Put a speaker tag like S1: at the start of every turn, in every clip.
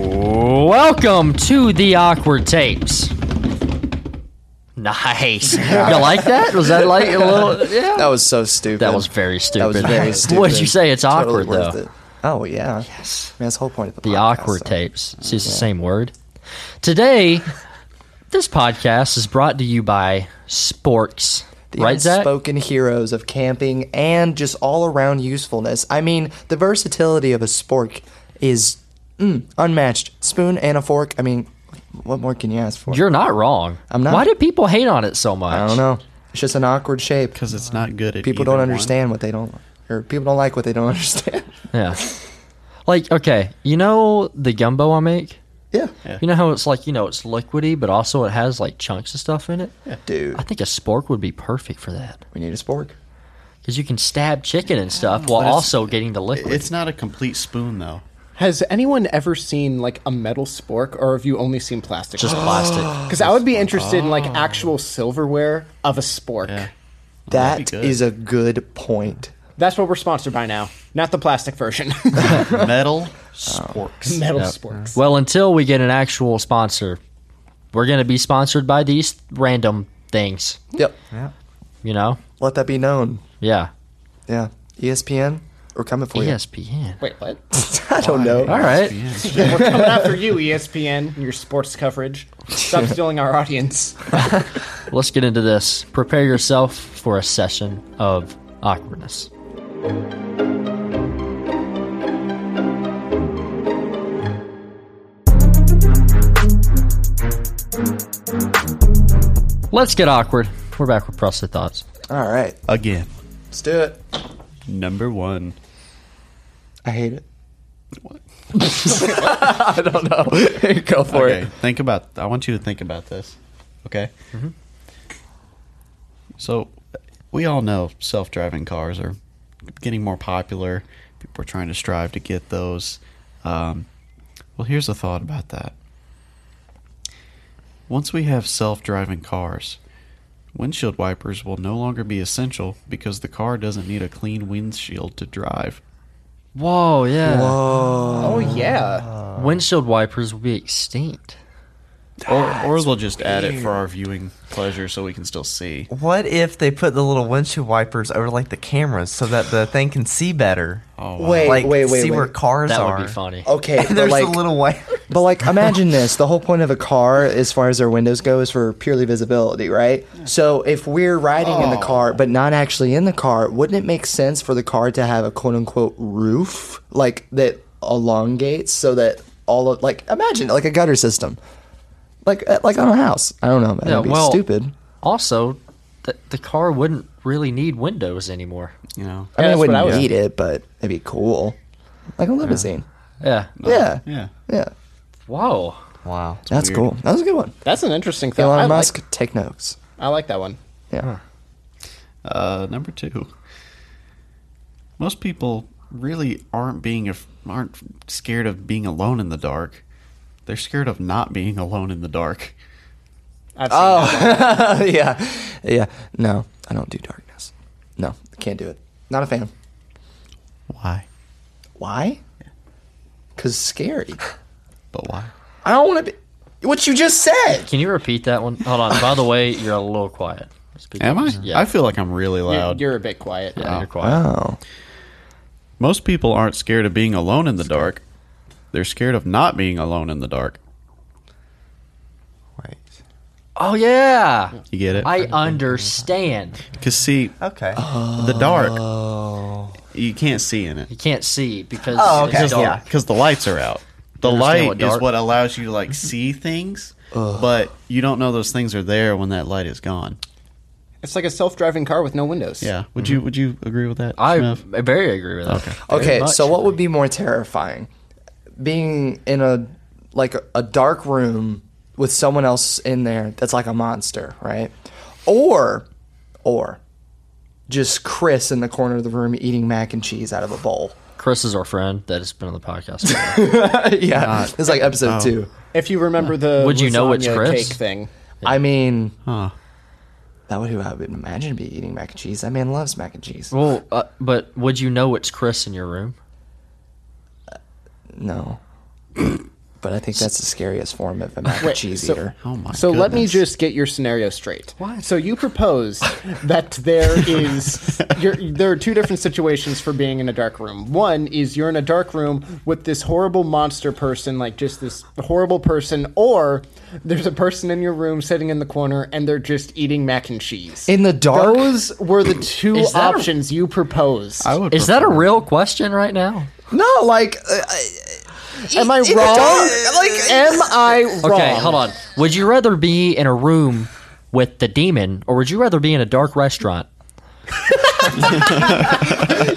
S1: Welcome to the awkward tapes. Nice. You like that? Was that like a little? Yeah.
S2: That was so stupid.
S1: That was very stupid.
S2: That was very stupid.
S1: What'd you say? It's
S2: Totally
S1: awkward
S2: worth
S1: though.
S2: it. Oh yeah. Yes. I mean, that's the whole point of the
S1: The
S2: podcast,
S1: awkward
S2: so.
S1: tapes. See, it's the same word. Today, this podcast is brought to you by Sporks.
S2: The
S1: right, Zach?
S2: unspoken heroes of camping and just all around usefulness. I mean, the versatility of a spork is mm, unmatched. Spoon and a fork. I mean, what more can you ask for?
S1: You're not wrong.
S2: I'm not.
S1: Why do people hate on it so much?
S2: I don't know. It's just an awkward shape.
S3: because it's not good at
S2: People
S3: either
S2: don't
S3: one.
S2: understand what they don't, or people don't like what they don't understand.
S1: Yeah. Like, okay, you know the gumbo I make?
S2: yeah,
S1: You know how it's like, you know, it's liquidy, but also it has like chunks of stuff in it?
S2: dude,
S1: I think a spork would be perfect for that.
S2: we need a spork.
S1: Because you can stab chicken and stuff while
S3: it's-
S1: also getting the liquid.
S3: It's not a complete spoon though.
S4: Has anyone ever seen like a metal spork, or have you only seen plastic?
S1: just plastic.
S4: Because I would be interested in like actual silverware of a spork.
S3: Yeah. that'd
S2: That
S3: be good.
S2: is a good point.
S4: That's what we're sponsored by now, not the plastic version.
S3: Metal
S2: Oh.
S3: sporks.
S4: metal sporks.
S1: Well, until we get an actual sponsor, we're going to be sponsored by these random things,
S2: Yep.
S1: you know?
S2: Let that be known.
S1: Yeah. E
S2: Yeah.
S5: E
S2: ESPN, we're coming for you.
S1: ESPN.
S4: Wait, what?
S2: I don't know.
S1: All right.
S4: we're coming after you, E ESPN, and your sports coverage. Stop stealing our audience.
S1: Let's get into this. Prepare yourself for a session of awkwardness. Let's get awkward. We're back with Prostate Thoughts.
S2: All right.
S3: Again,
S2: Let's do it.
S3: number one.
S2: I hate it.
S3: What?
S2: I don't know. Go for
S3: Okay, think about. I want you to think about this. Okay. So, we all know self-driving cars are getting more popular. People are trying to strive to get those. Um, well, here's a thought about that. Once we have self-driving cars, windshield wipers will no longer be essential because the car doesn't need a clean windshield to drive.
S1: Whoa, yeah.
S4: Oh yeah,
S1: Windshield wipers will be extinct.
S3: Or, or they'll just add it for our viewing pleasure so we can still see.
S5: What if they put the little windshield wipers over like the cameras so that the thing can see better?
S3: Oh, wow.
S2: Wait,
S5: like
S2: wait, wait,
S5: see where
S2: wait.
S5: cars
S1: That
S5: are.
S1: would be funny.
S2: Okay.
S5: And
S2: But
S5: there's
S2: like,
S5: a little way.
S2: but like, imagine this. The whole point of a car, as far as their windows go, is for purely visibility, right? So if we're riding in the car, but not actually in the car, wouldn't it make sense for the car to have a quote unquote roof, like that elongates so that all of, like, imagine like a gutter system. Like, uh, like on a house. I don't know. That'd
S1: Yeah,
S2: be
S1: well-
S2: stupid.
S1: Also, th- the car wouldn't really need windows anymore.
S3: You know.
S2: I mean, I
S4: that's what
S2: wouldn't
S4: I was-
S2: need it, but it'd be cool. Like a limousine.
S1: Yeah.
S2: Yeah. Yeah.
S3: Yeah.
S1: Whoa.
S5: Wow.
S2: That's cool. That was a good one.
S4: that's an interesting thought.
S2: Elon
S4: I
S2: Musk,
S4: Like,
S2: take notes.
S4: I like that one.
S2: Yeah.
S3: Uh, number two. Most people really aren't being af- aren't scared of being alone in the dark. They're scared of not being alone in the dark.
S4: I've seen oh,
S2: yeah. Yeah. No, I don't do darkness. No, can't do it. Not a fan.
S3: Why?
S2: Why? Because scary.
S3: But why?
S2: I don't want to be. What you just said.
S1: Can you repeat that one? Hold on. By the way, you're a little quiet. Speak
S3: Am I?
S1: up. Yeah.
S3: I feel like I'm really loud.
S4: You're a bit quiet.
S1: yeah, you're quiet.
S2: Oh.
S3: Most people aren't scared of being alone in the dark. They're scared of not being alone in the dark.
S5: Wait.
S1: Oh yeah,
S3: You get it?
S1: I understand.
S3: Because see,
S5: Okay.
S3: the dark, you can't see in it.
S1: You can't see because
S5: Oh,
S1: it's
S5: okay.
S1: dark.
S5: Yeah.
S3: because the lights are out. The
S1: understand
S3: light
S1: what
S3: is
S1: dark- Mm-hmm.
S3: what allows you to like see things, but you don't know those things are there when that light is gone.
S4: It's like a self-driving car with no windows.
S3: Yeah, would
S1: Mm-hmm.
S3: you would you agree with that?
S1: I
S3: Smith?
S1: very agree with that.
S2: Okay, so what would be more terrifying? being in a like a, a dark room with someone else in there that's like a monster, right? Or or just Chris in the corner of the room eating mac and cheese out of a bowl.
S1: Chris is our friend that has been on the podcast.
S2: yeah, it's like episode
S1: oh.
S2: two.
S4: If you remember the
S1: Would you know it's
S4: lasagna
S1: Chris?
S4: cake thing,
S2: I mean,
S3: Huh.
S2: that would who I would imagine be eating mac and cheese. That man loves mac and cheese.
S1: well, uh, but would you know it's Chris in your room?
S2: No. but I think that's the scariest form of a mac and
S4: Wait,
S2: cheese
S4: so-
S2: eater.
S3: Oh my.
S4: So let me
S3: goodness.
S4: just get your scenario straight. So you propose that there is you're, there are two different situations for being in a dark room. One is you're in a dark room with this horrible monster person, like just this horrible person, or there's a person in your room sitting in the corner and they're just eating mac and cheese.
S2: In the dark?
S4: those were the two
S1: Is that a- Oh.
S4: options you propose.
S3: I would
S1: Is that a
S3: prefer-
S1: real question right now?
S2: No, like uh, I-
S4: Am I wrong?
S2: dark, like-
S4: Am I wrong?
S1: Okay, hold on. Would you rather be in a room with the demon, or would you rather be in a dark restaurant?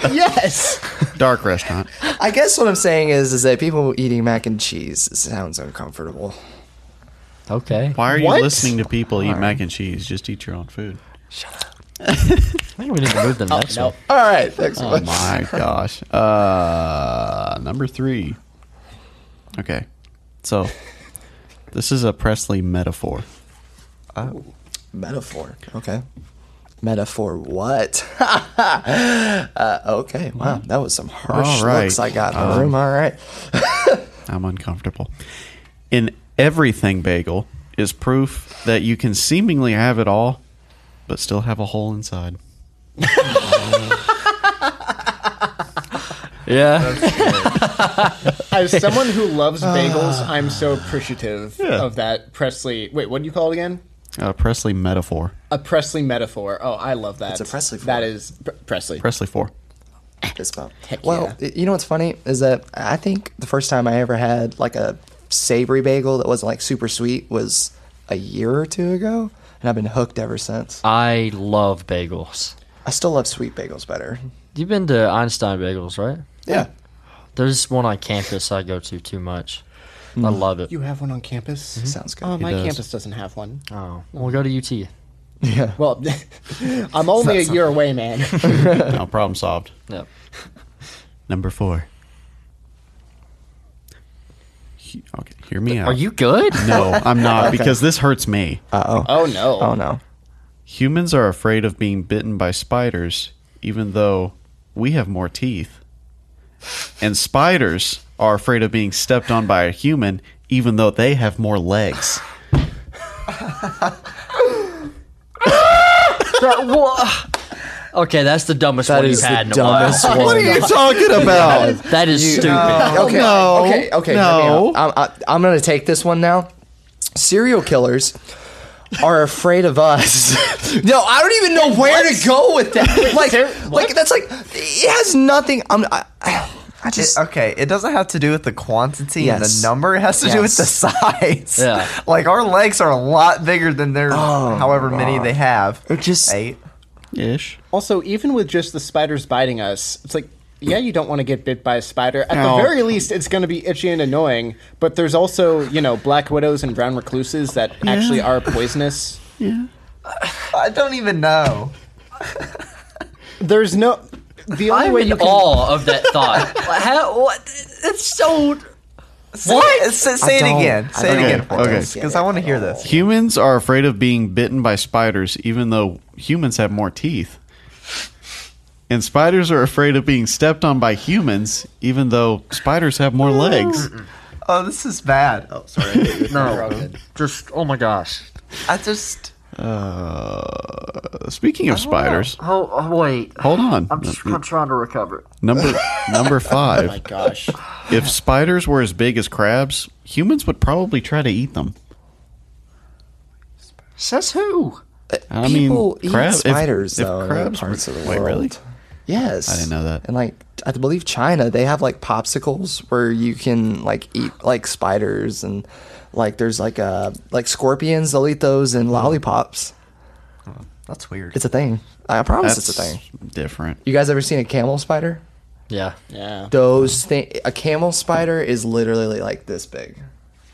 S4: Yes.
S3: dark restaurant?
S2: I guess what I'm saying is is that people eating mac and cheese sounds uncomfortable.
S1: Okay.
S3: Why are you
S4: What?
S3: listening to people eat mac and cheese? Just eat your own food.
S1: I think we need to move to the
S5: Oh,
S1: next one.
S2: All right, next
S3: Oh
S2: one.
S3: my gosh. Uh, number three. Okay, so this is a Presley metaphor.
S2: Metaphor. Okay. Metaphor what? uh, okay, wow. That was some harsh
S3: All right.
S2: looks I got in the room. All right.
S3: I'm uncomfortable. In everything bagel is proof that you can seemingly have it all, but still have a hole inside.
S1: Yeah.
S4: As someone who loves bagels, I'm so appreciative of that Presley. Wait, what do you call it again?
S3: Uh, Presley metaphor.
S4: A Presley metaphor. Oh, I love that.
S2: It's a Presley for-
S4: That is Pre- Presley.
S3: Presley four.
S2: Fist bump.
S4: Heck
S2: Well,
S4: yeah.
S2: y- you know what's funny is that I think the first time I ever had like a savory bagel that wasn't like super sweet was a year or two ago, and I've been hooked ever since.
S1: I love bagels.
S2: I still love sweet bagels better.
S1: You've been to Einstein Bagels, right?
S2: Yeah.
S1: There's one on campus I go to too much. I love it.
S4: you have one on campus?
S2: Sounds good. Ah.
S4: Oh, my
S3: does.
S4: campus doesn't have one.
S1: Oh, we'll go to UT.
S2: Yeah.
S4: Well, I'm only a year away, man.
S3: No problem solved.
S1: Yep.
S3: Number four. He- Okay, hear me out.
S1: Are you good?
S3: No, I'm not because this hurts me.
S4: oh no.
S2: Oh no.
S3: Humans are afraid of being bitten by spiders, even though we have more teeth. And spiders are afraid of being stepped on by a human, even though they have more legs.
S1: That- wha- okay, that's the dumbest
S2: That
S1: one
S2: is
S1: you've had in
S2: the
S1: a
S2: dumbest
S1: while.
S2: one.
S3: talking about?
S1: That is stupid.
S2: okay,
S3: no.
S2: okay, okay.
S3: No.
S2: hear me out. I'm, I, I'm gonna take this one now. Serial killers are afraid of us. no, I don't even know where to go with that. Like,
S4: ser- what?
S2: like that's like it has nothing. I'm. I, I just.
S5: okay, it doesn't have to do with the quantity and
S2: Yes.
S5: the number. It has to do with the
S2: Yes.
S5: size.
S1: Yeah.
S5: like our legs are a lot bigger than their however many they have.
S2: It just-
S5: eight.
S3: Ish.
S4: Also, even with just the spiders biting us, it's like, yeah, you don't want to get bit by a spider. At
S3: No.
S4: the very least, it's going to be itchy and annoying. But there's also, you know, black widows and brown recluses that actually are poisonous.
S5: I don't even know.
S4: There's no. The only
S1: I'm
S4: way
S1: in
S4: you can.
S1: awe of that thought. How, what? It's so.
S5: Say, uh, Say, say
S2: I
S5: it
S2: don't-
S5: again.
S2: I
S5: Say it
S3: don't
S5: again
S3: get
S5: for
S3: it. Okay.
S5: us because I want to hear
S3: Oh.
S5: this.
S3: Humans are afraid of being bitten by spiders, even though humans have more teeth. And spiders are afraid of being stepped on by humans, even though spiders have more legs.
S5: Oh, this is bad. Oh, sorry.
S1: No. Just, oh my gosh.
S5: I just
S3: Uh, speaking of spiders,
S1: Oh, oh wait.
S3: hold on.
S1: trying to recover.
S3: Number number
S4: Oh my
S3: five.
S4: gosh.
S3: If spiders were as big as crabs, humans would probably try to eat them.
S1: Says who?
S3: I
S2: People eat
S3: crab- if-
S2: spiders
S3: if
S2: though in other
S3: crabs were-
S2: parts of the
S3: wait,
S2: world.
S3: really?
S2: Yes,
S3: I didn't know that.
S2: And like, I believe China, they have like popsicles where you can like eat like spiders and like there's like uh like scorpions. They'll eat those in lollipops.
S5: that's weird.
S2: It's a thing. I promise
S3: That's
S2: it's a thing.
S3: different.
S2: You guys ever seen a camel spider?
S1: Yeah.
S4: Yeah.
S2: Those thing, a camel spider is literally like this big.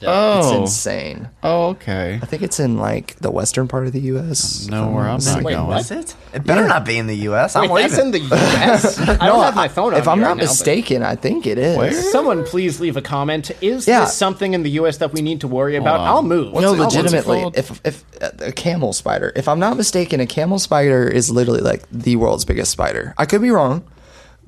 S2: It's
S3: Oh,
S2: insane.
S3: oh, okay.
S2: I think it's in like the western part of the U.S.
S3: No, where I'm not
S4: Wait,
S3: going.
S4: what?
S5: Is it? It better not be in the U.S. I'm
S4: Wait, that's
S5: leaving.
S4: in the U.S. I don't have my phone. on
S2: If I'm
S4: me
S2: not
S4: right now, but-
S2: mistaken, I think it is.
S4: Someone please leave a comment. Is
S2: Yeah.
S4: this something in the U.S. that we need to worry about? I'll move.
S2: No,
S3: it- what's it
S2: legitimately,
S3: called?
S2: if if uh, a camel spider, if I'm not mistaken, a camel spider is literally like the world's biggest spider. I could be wrong,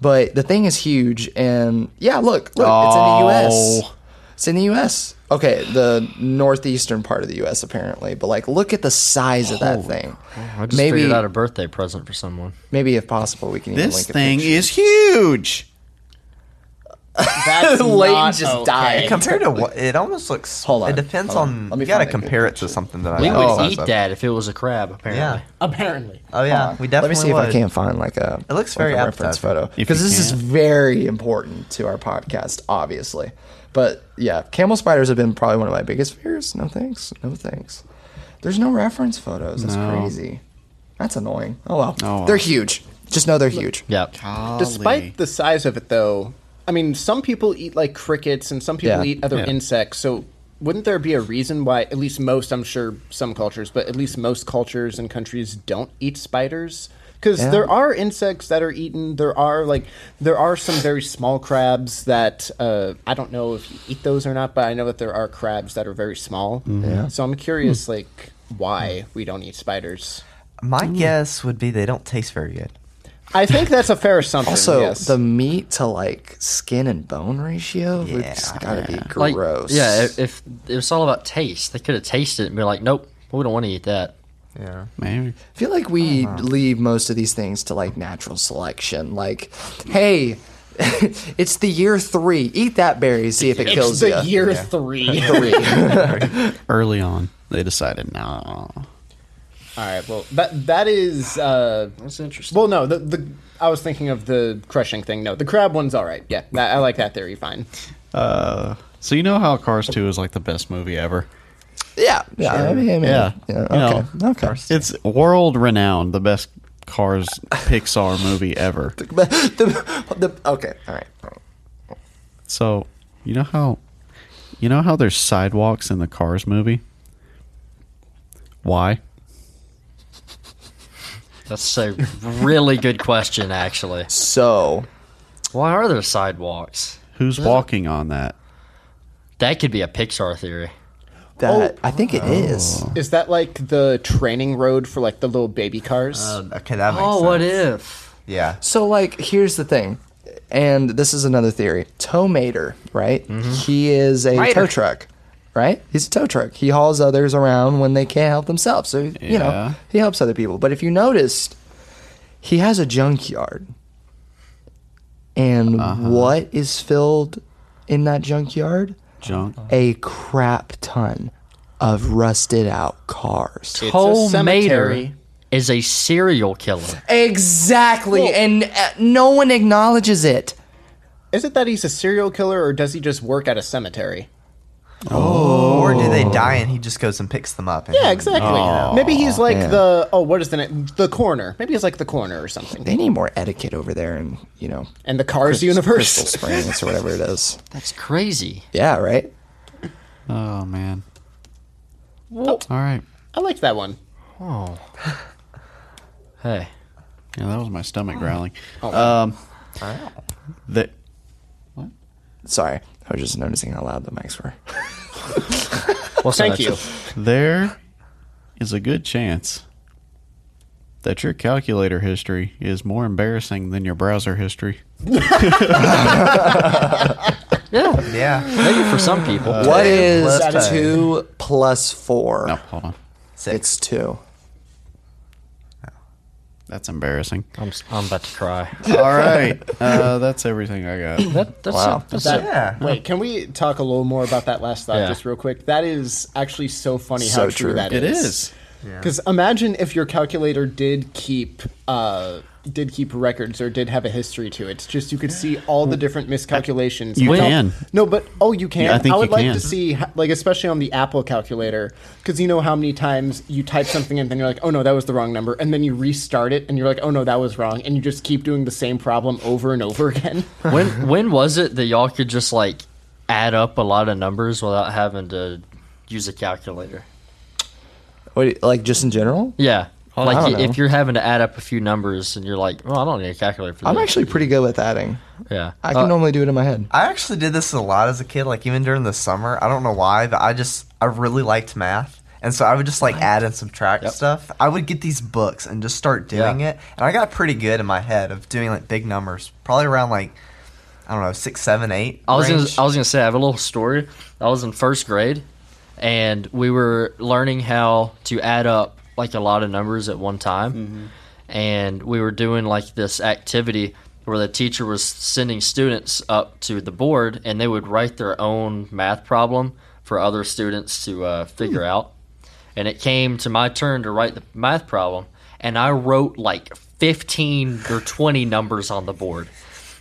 S2: but the thing is huge, and yeah, look, look, it's in the U.S. It's in the U.S. Okay, the northeastern part of the U.S. apparently, but like, look at the size of that thing.
S1: I just
S2: maybe,
S1: figured out a birthday present for someone.
S2: maybe if possible, we can even
S3: This
S2: link a
S3: thing
S2: picture.
S3: is huge.
S4: That's
S2: Leighton
S4: not
S2: just
S4: okay.
S2: died.
S5: Compared to what? It almost looks.
S2: Hold on,
S5: It depends
S2: hold on.
S5: on.
S2: Let me
S5: you gotta
S2: find a good
S5: compare it to something that I.
S1: We
S5: have the
S1: would
S5: size
S1: eat
S5: of.
S1: that if it was a crab,
S5: Yeah.
S1: apparently.
S4: Apparently.
S5: Oh yeah. We definitely.
S2: Let me see
S5: would.
S2: if I can find like a.
S5: It looks
S2: like
S5: very
S2: a reference
S5: appetizing.
S2: photo
S3: If
S2: because
S3: you
S2: this is
S3: can.
S2: very important to our podcast, obviously. But yeah, camel spiders have been probably one of my biggest fears. No thanks, no thanks. There's no reference photos. That's
S3: No.
S2: crazy. That's annoying. Oh well,
S3: Oh, well.
S2: they're huge. Just know they're huge.
S1: Yeah.
S3: Golly.
S4: Despite the size of it, though, I mean, some people eat like crickets and some people
S2: Yeah.
S4: eat other
S3: Yeah.
S4: insects. So, wouldn't there be a reason why, at least most, I'm sure some cultures, but at least most cultures and countries don't eat spiders? Because
S2: Yeah.
S4: there are insects that are eaten. There are like there are some very small crabs that uh, I don't know if you eat those or not, but I know that there are crabs that are very small.
S2: Mm-hmm.
S4: So I'm curious,
S2: Hmm.
S4: like why we don't eat spiders.
S5: My guess would be they don't taste very good.
S4: I think that's a fair assumption.
S2: Also,
S4: yes.
S2: the meat to like skin and bone ratio would
S5: Yeah.
S2: has gotta be
S1: Like,
S2: gross.
S1: Yeah, if, if it was all about taste, they could have tasted it and be like, nope, we don't want to eat that.
S5: Yeah.
S3: Maybe.
S2: I feel like we
S4: Uh-huh.
S2: leave most of these things to like natural selection. Like, hey, it's the year three. Eat that berry. See if it
S4: it's
S2: kills
S4: the
S2: you.
S4: year three.
S2: three.
S3: Early on, they decided, nah.
S4: All right. Well, that that is. Uh,
S1: That's interesting.
S4: well, no. The, the I was thinking of the crushing thing. No, the crab one's all right. Yeah, that, I like that theory. Fine.
S3: Uh, so you know how Cars 2 is like the best movie ever?
S2: yeah, yeah, I mean, I mean,
S3: Yeah.
S2: yeah.
S3: You
S2: Okay, okay.
S3: It's world renowned, the best Cars Pixar movie ever.
S2: But the, the, okay, all right. all right.
S3: So you know how you know how there's sidewalks in the Cars movie? Why?
S1: That's a really good question, actually.
S2: So
S1: Why are there sidewalks?
S3: Who's walking on that?
S1: That could be a Pixar theory.
S4: Oh.
S2: that I think it is.
S4: Is that like the training road for like the little baby cars?
S5: Okay, that makes
S1: Oh,
S5: sense.
S1: what if?
S5: Yeah.
S2: So like, here's the thing, and this is another theory. Towmater, right? He is a tow truck, right? He's a tow truck. He hauls others around when they can't help themselves. So you
S3: Yeah.
S2: know, he helps other people. But if you noticed, he has a junkyard, and what is filled in that junkyard?
S3: Junk.
S2: A crap ton of rusted out cars.
S4: It's a
S1: Homemaker
S4: cemetery.
S1: is a serial killer.
S2: Exactly, and uh, no one acknowledges it.
S4: Is it that he's a serial killer, or does he just work at a cemetery?
S5: Or do they die and he just goes and picks them up? and-
S4: Yeah, exactly. Maybe he's like
S2: man.
S4: the oh, what is the name? The corner. Maybe he's like the corner or something.
S2: They need more etiquette over there, and you know,
S4: And the Cars
S2: Crystal
S4: universe.
S2: Springs or whatever it is.
S1: That's crazy.
S2: Yeah, right.
S3: Oh man.
S4: Well,
S3: All right.
S4: I liked that one.
S1: Hey,
S3: Yeah, that was my stomach growling. Um, that
S2: Sorry, I was just noticing how loud the mics were.
S1: Uh, what's
S4: Thank you.
S3: there is a good chance that your calculator history is more embarrassing than your browser history.
S1: Yeah,
S5: Yeah.
S1: maybe for some people.
S2: What is
S5: That is-
S2: two plus four?
S3: No, hold on.
S5: Six.
S2: It's two.
S3: That's embarrassing.
S1: I'm, s- I'm about to cry.
S3: All right. Uh, that's everything I got.
S1: That, that's
S2: Wow.
S1: that's
S4: That-
S5: Yeah.
S4: Wait, can we talk a little more about that last thought
S1: Yeah.
S4: just real quick? That is actually so funny how
S2: So
S4: true,
S2: true.
S4: that
S3: It
S4: is.
S3: is.
S4: Because imagine if your calculator did keep uh, did keep records or did have a history to it. It's just you could see all the different miscalculations.
S3: You
S4: Without-
S3: can.
S4: No, but oh, you can.
S3: Yeah, I think
S4: would
S3: you
S4: like
S3: can.
S4: to see, ho- like, especially on the Apple calculator, because you know how many times you type something and then you're like, oh no, that was the wrong number, and then you restart it and you're like, oh no, that was wrong, and you just keep doing the same problem over and over again.
S1: when when was it that y'all could just like add up a lot of numbers without having to use a calculator?
S2: What, like just in general?
S1: Yeah. Like
S2: I don't
S1: i-
S2: know.
S1: if you're having to add up a few numbers and you're like, well, I don't need a calculator for
S2: I'm
S1: this."
S2: actually pretty good with adding.
S1: yeah.
S2: I can
S1: Uh,
S2: normally do it in my head.
S5: I actually did this a lot as a kid, like even during the summer. I don't know why, but I just I really liked math. And so I would just like add and subtract stuff. I would get these books and just start doing
S1: Yeah.
S5: it. And I got pretty good in my head of doing like big numbers, probably around like I don't know, six, seven, eight.
S1: I was gonna,
S5: range.
S1: I was gonna say I have a little story. I was in first grade, and we were learning how to add up like a lot of numbers at one time, and we were doing like this activity where the teacher was sending students up to the board, and they would write their own math problem for other students to uh, figure out. And it came to my turn to write the math problem, and I wrote like fifteen or twenty numbers on the board.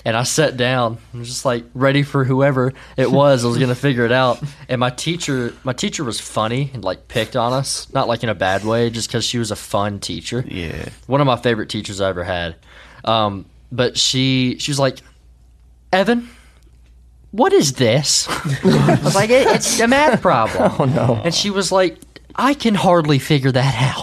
S1: And I sat down, and was just like ready for whoever it was. I was gonna figure it out. And my teacher, my teacher was funny and like picked on us, not like in a bad way, just because she was a fun teacher.
S3: Yeah.
S1: one of my favorite teachers I ever had. Um, but she, she was like, Evan, what is this? I was like, it, it's a math problem. Oh no! And she was like, I can hardly figure that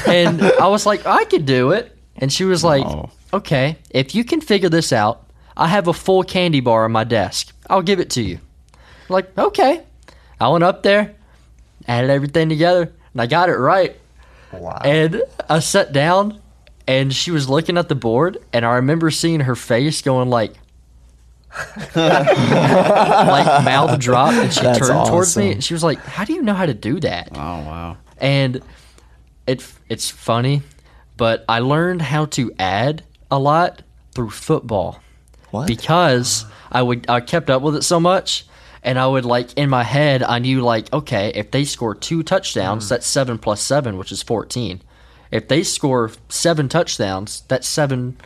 S1: out. and I was like, I could do it. And she was like,
S3: No.
S1: Okay, if you can figure this out, I have a full candy bar on my desk. I'll give it to you. I'm like, okay. I went up there, added everything together, and I got it right.
S5: Wow.
S1: And I sat down, and she was looking at the board, and I remember seeing her face going like, like mouth drop, and she
S2: That's
S1: turned towards me,
S2: awesome.
S1: and she was like, "How do you know how to do that?"
S3: Oh wow.
S1: and it it's funny, but I learned how to add a lot through football.
S2: What?
S1: Because I would I kept up with it so much, and I would like in my head I knew like okay if they score two touchdowns that's seven plus seven which is fourteen. If they score seven touchdowns that's seven.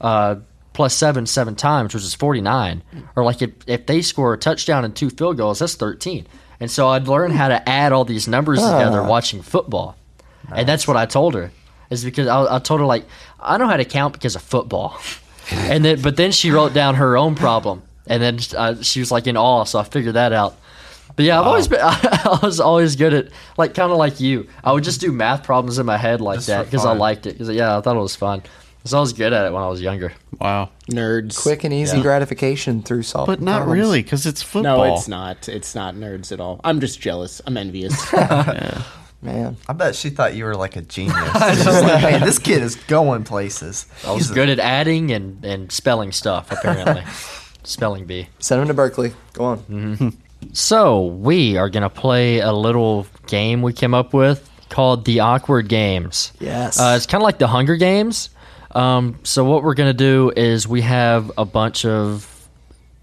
S1: Uh, plus seven seven times which is 49 or like if, if they score a touchdown and two field goals that's 13 and so i'd learn how to add all these numbers together watching football and that's what I told her. Is because I, I told her like I know how to count because of football, and then but then she wrote down her own problem, and then uh, she was like in awe. So I figured that out. But yeah, I've always been I, was always good at like kind of like you. I would just do math problems in my head like
S5: Just
S1: that
S5: for
S1: because I
S5: fun.
S1: liked it. 'Cause, yeah, I thought it was fun. So I was good at it when I was younger.
S3: Wow.
S4: Nerds.
S2: Quick and easy gratification through solving
S3: But not
S2: problems.
S3: really, because it's football.
S4: No, it's not. It's not nerds at all. I'm just jealous. I'm envious.
S2: Man.
S5: I bet she thought you were like a genius. She's just like, "Man, this kid is going places.
S1: I was
S5: He's a-
S1: good at adding and and spelling stuff apparently. spelling bee.
S2: Send him to Berkeley. Go on.
S1: Mm-hmm. So, we are going to play a little game we came up with called the Awkward Games.
S2: Yes.
S1: Uh, it's kind of like the Hunger Games. Um, so, what we're going to do is we have a bunch of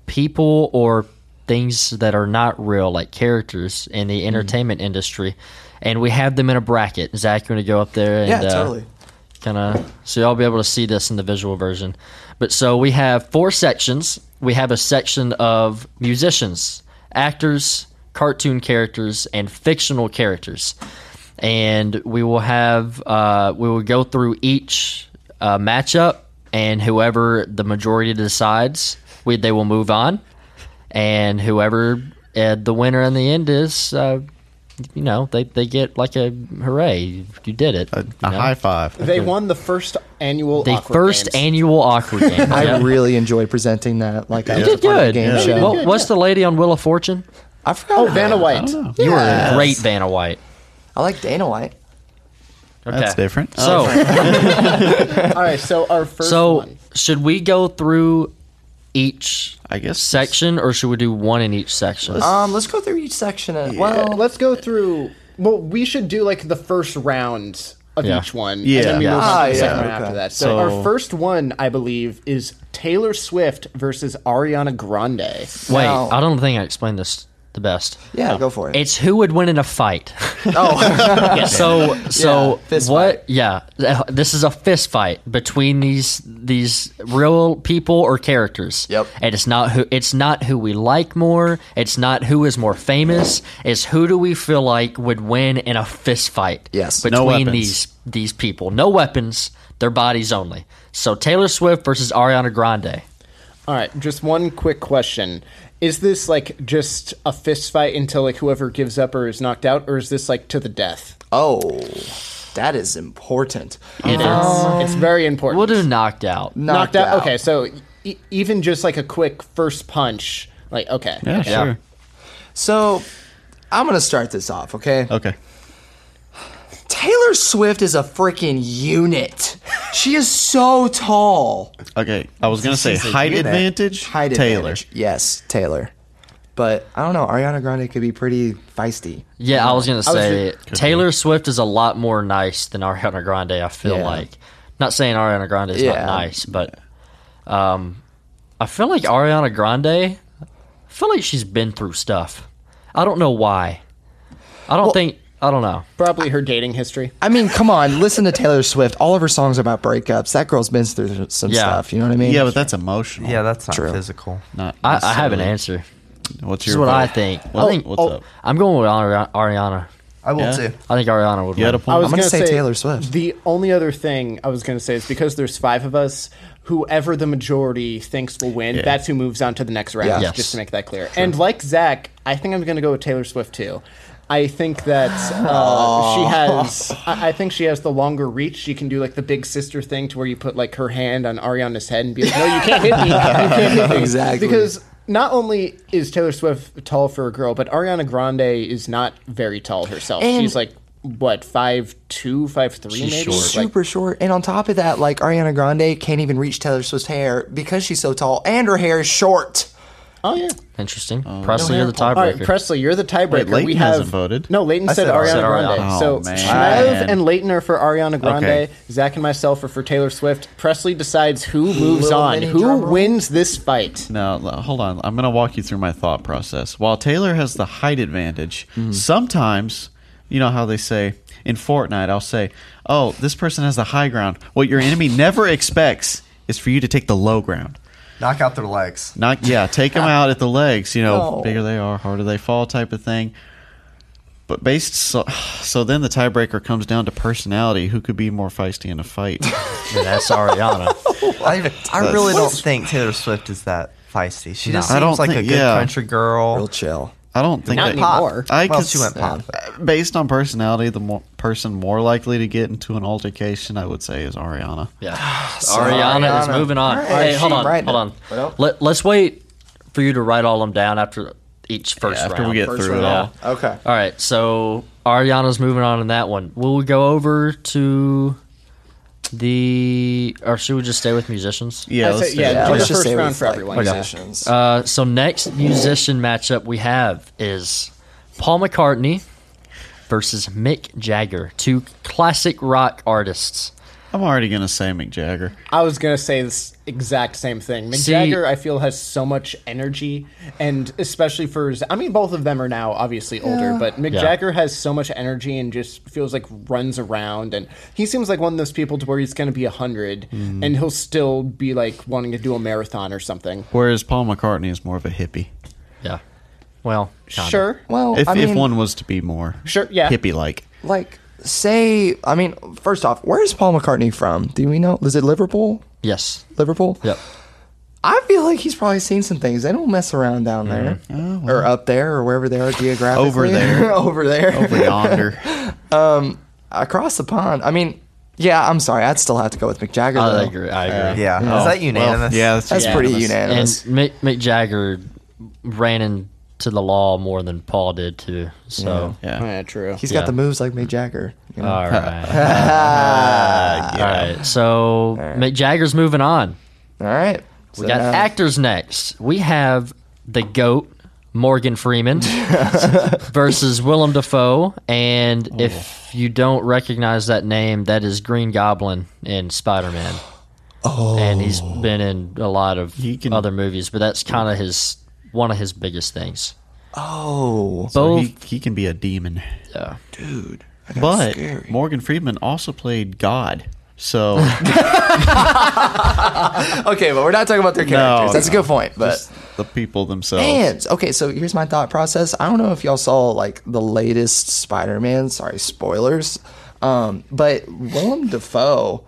S1: people or things that are not real, like characters in
S2: Mm-hmm.
S1: the entertainment industry, and we have them in a bracket. Zach, you want to go up there? And,
S2: yeah,
S1: uh,
S2: totally.
S1: kind of so y'all be able to see this in the visual version but so we have four sections we have a section of musicians actors cartoon characters and fictional characters and we will have uh, we will go through each uh, matchup and whoever the majority decides we, they will move on and whoever uh, the winner in the end is uh, you know they, they get like a hooray you, you did it
S3: A,
S1: you
S3: a
S1: know?
S3: high five.
S4: they won the first annual.
S1: the
S4: Awkward
S1: first
S4: Games.
S1: annual awkward game.
S2: I
S1: Yeah.
S2: really enjoy presenting that. Like I
S1: You
S2: was a
S1: did
S2: part of the
S1: good.
S2: game
S1: Yeah.
S2: show.
S1: What- what's the lady on Wheel of Fortune?
S2: I forgot.
S4: Oh,
S2: her
S4: Vanna
S2: name.
S4: White.
S1: You were
S2: Uh,
S1: a great Vanna White.
S2: I like Dana White.
S1: Okay.
S3: That's different.
S2: Oh,
S1: So,
S4: All right, so our first
S1: so
S4: one.
S1: should we go through each
S3: I guess
S1: section, or should we do one in each section?
S2: Um, let's go through each section. And,
S4: Well,
S2: Well,
S4: let's go through. Well, we should do like the first round of
S1: Yeah.
S4: each one.
S3: Yeah.
S4: And then we
S3: Yeah.
S4: move on
S2: Ah,
S4: to the
S2: yeah,
S4: second one
S2: okay.
S4: after that. So,
S3: So-
S4: our first one, I believe, is Taylor Swift versus Ariana Grande.
S1: Wait,
S2: now-
S1: I don't think I explained this the best.
S2: Yeah, go for it.
S1: It's who would win in a fight.
S2: oh,
S1: so so
S2: fist
S1: what? Yeah, th- this is a fist fight between these these real people or characters.
S2: Yep.
S1: And it's not who it's not who we like more. It's not who is more famous. It's who do we feel like would win in a fist fight?
S2: Yes. No
S1: Between
S3: weapons.
S1: these these people, no weapons, their bodies only. So Taylor Swift versus Ariana Grande.
S4: All right, just one quick question. Is this like just a fist fight until like whoever gives up or is knocked out, or is this like to the death?
S2: oh, that is important.
S1: It is.
S4: it's very important.
S1: We'll do knocked out.
S4: knocked,
S2: Knocked
S4: out.
S2: out.
S4: Okay, so e- even just like a quick first punch, like okay,
S3: Yeah,
S4: okay.
S3: sure.
S2: So I'm gonna start this off, okay?
S3: Okay.
S2: Taylor Swift is a freaking unit. She is so tall.
S3: Okay. I was gonna say
S5: She's a
S3: height
S5: unit.
S3: advantage.
S2: Height
S3: Taylor.
S2: advantage. Yes, Taylor. But I don't know. Ariana Grande could be pretty feisty.
S1: Yeah, I was gonna say
S3: be.
S1: Taylor Swift is a lot more nice than Ariana Grande. I feel
S2: Yeah.
S1: like, not saying Ariana Grande is not
S2: Yeah.
S1: nice, but um, I feel like Ariana Grande. I feel like she's been through stuff. I don't know why. I don't think. I don't know.
S4: probably her dating history.
S2: I mean, come on. Listen to Taylor Swift. All of her songs are about breakups. That girl's been through some
S1: Yeah.
S2: stuff. You know what I mean?
S3: Yeah, but that's emotional.
S5: Yeah, that's not
S2: True.
S5: physical.
S3: Not
S1: I, I have an
S3: necessarily-
S1: answer.
S3: What's
S1: This
S3: your
S1: is what I
S3: vote?
S1: think. I
S3: What-
S1: think oh,
S3: what's up?
S1: I'm going with Ari- Ariana.
S5: I will
S3: Yeah.
S5: too.
S1: I think Ariana would win.
S3: You had a point.
S2: I'm gonna say Taylor Swift.
S4: The only other thing I was gonna say is because there's five of us, whoever the majority thinks will win, that's who moves on to the next round.
S1: Yes.
S4: Just to make that clear. And like Zach, I think I'm gonna go with Taylor Swift too. I think that uh, she has. I, I think she has the longer reach. She can do like the big sister thing to where you put like her hand on Ariana's head and be like, "No, you can't hit me. You can't hit me."
S2: Exactly.
S4: Because not only is Taylor Swift tall for a girl, but Ariana Grande is not very tall herself.
S2: And-
S4: She's like what five two, five three, maybe.
S1: short.
S4: Like,
S2: Super short. And on top of that, like Ariana Grande can't even reach Taylor Swift's hair because she's so tall and her hair is short.
S4: oh yeah.
S1: Interesting. Presley, you're the
S4: All right,
S1: tiebreaker.
S4: Presley, you're the tiebreaker.
S3: Wait, Leighton
S4: we have
S3: hasn't voted.
S4: No, Leighton
S5: I
S4: said,
S5: said
S4: Ariana
S5: Ariana.
S4: Grande.
S3: Oh,
S4: so
S3: man.
S4: Shmev
S3: Man.
S4: and Leighton are for Ariana Grande.
S3: Okay.
S4: Zach and myself are for Taylor Swift. Presley decides who moves
S2: Little
S4: on,
S2: mini
S4: who
S2: drum roll.
S4: wins this fight.
S3: Now, l- hold on. I'm going to walk you through my thought process. While Taylor has the height advantage, sometimes, you know how they say in Fortnite, I'll say, oh, this person has the high ground. What your enemy never expects is for you to take the low ground.
S5: Knock out their legs.
S3: Not, yeah, take them out at the legs, you know,
S2: No.
S3: bigger they are, harder they fall type of thing. But based so, so then the tiebreaker comes down to personality. Who could be more feisty in a fight?
S1: Yeah, that's Ariana.
S5: I, I really don't think Taylor Swift is that feisty. She just
S3: I
S5: seems
S3: don't
S5: like
S3: think-
S5: a good
S3: yeah.
S5: country girl.
S2: Real chill.
S3: I don't think
S4: Not
S3: that-
S4: anymore.
S3: I
S5: well,
S3: cons-
S5: she went pop.
S3: based on personality, the more person more likely to get into an altercation, I would say, is Ariana.
S1: Yeah. Ariana, is
S2: Ariana.
S1: moving on.
S2: All right,
S1: Hey, hold
S2: she
S1: on.
S2: writing
S1: Hold
S2: it.
S1: on.
S2: What else?
S1: Let, let's wait for you to write all them down after each first
S3: after
S1: round.
S3: we get through it all.
S2: Okay.
S1: All right, so Ariana's moving on in that one. Will we go over to the. Or should we just stay with musicians?
S3: Yeah,
S4: I
S3: let's
S4: said-
S3: do
S4: yeah,
S3: that.
S4: Like the first
S2: stay
S4: round
S2: with,
S4: for everyone.
S2: musicians.
S1: Uh, so, next musician matchup we have is Paul McCartney versus Mick Jagger, two classic rock artists.
S3: I'm already gonna say Mick Jagger.
S4: I was gonna say this exact same thing. Mick
S1: See-
S4: Jagger, I feel, has so much energy, and especially for his, I mean, both of them are now obviously older, but Mick
S1: Yeah.
S4: Jagger has so much energy and just feels like runs around, and he seems like one of those people to where he's gonna be a hundred,
S1: Hmm.
S4: and he'll still be like wanting to do a marathon or something.
S3: Whereas Paul McCartney is more of a hippie.
S1: Yeah. Well, kinda.
S4: Sure,
S2: Well,
S3: If,
S2: Oh, I mean,
S3: if one was to be more
S4: Sure, yeah.
S3: hippie like.
S2: like, say, I mean, first off, where's Paul McCartney from? Do we know? Is it Liverpool?
S1: Yes.
S2: Liverpool?
S1: Yep.
S2: I feel like he's probably seen some things. They don't mess around down there
S4: Oh,
S2: or up there or wherever they are geographically.
S3: Over there.
S2: over there.
S3: Over yonder.
S2: Across the pond. I mean, yeah, I'm sorry. I'd still have to go with Mick Jagger.
S1: I
S2: though.
S1: agree. I agree.
S5: Yeah. Is that unanimous?
S3: Oh, yeah, that's,
S2: That's pretty unanimous.
S1: And Mick, Mick Jagger ran into the law more than Paul did too. So
S3: Yeah.
S4: yeah, true.
S2: He's
S1: yeah.
S2: got the moves like Mick Jagger. you know?
S1: all right, Uh, all right. So Mick Jagger's moving on.
S2: All right.
S1: We got actors next. We have the goat Morgan Freeman versus Willem Dafoe, and if you don't recognize that name, that is Green Goblin in Spider Man. Oh, and he's been in a lot of
S3: He can-
S1: other movies, but that's kind of his one of his biggest things.
S2: Oh,
S3: So
S1: Both.
S3: he, he can be a demon.
S1: yeah.
S2: dude. That's
S3: But
S2: scary.
S3: Morgan Freeman also played God. So
S2: okay, but we're not talking about their characters. That's a
S3: no.
S2: good point. But
S3: just the people themselves.
S2: Hands. Okay, so here's my thought process. I don't know if y'all saw like the latest Spider-Man. Sorry, spoilers. Um, but Willem Dafoe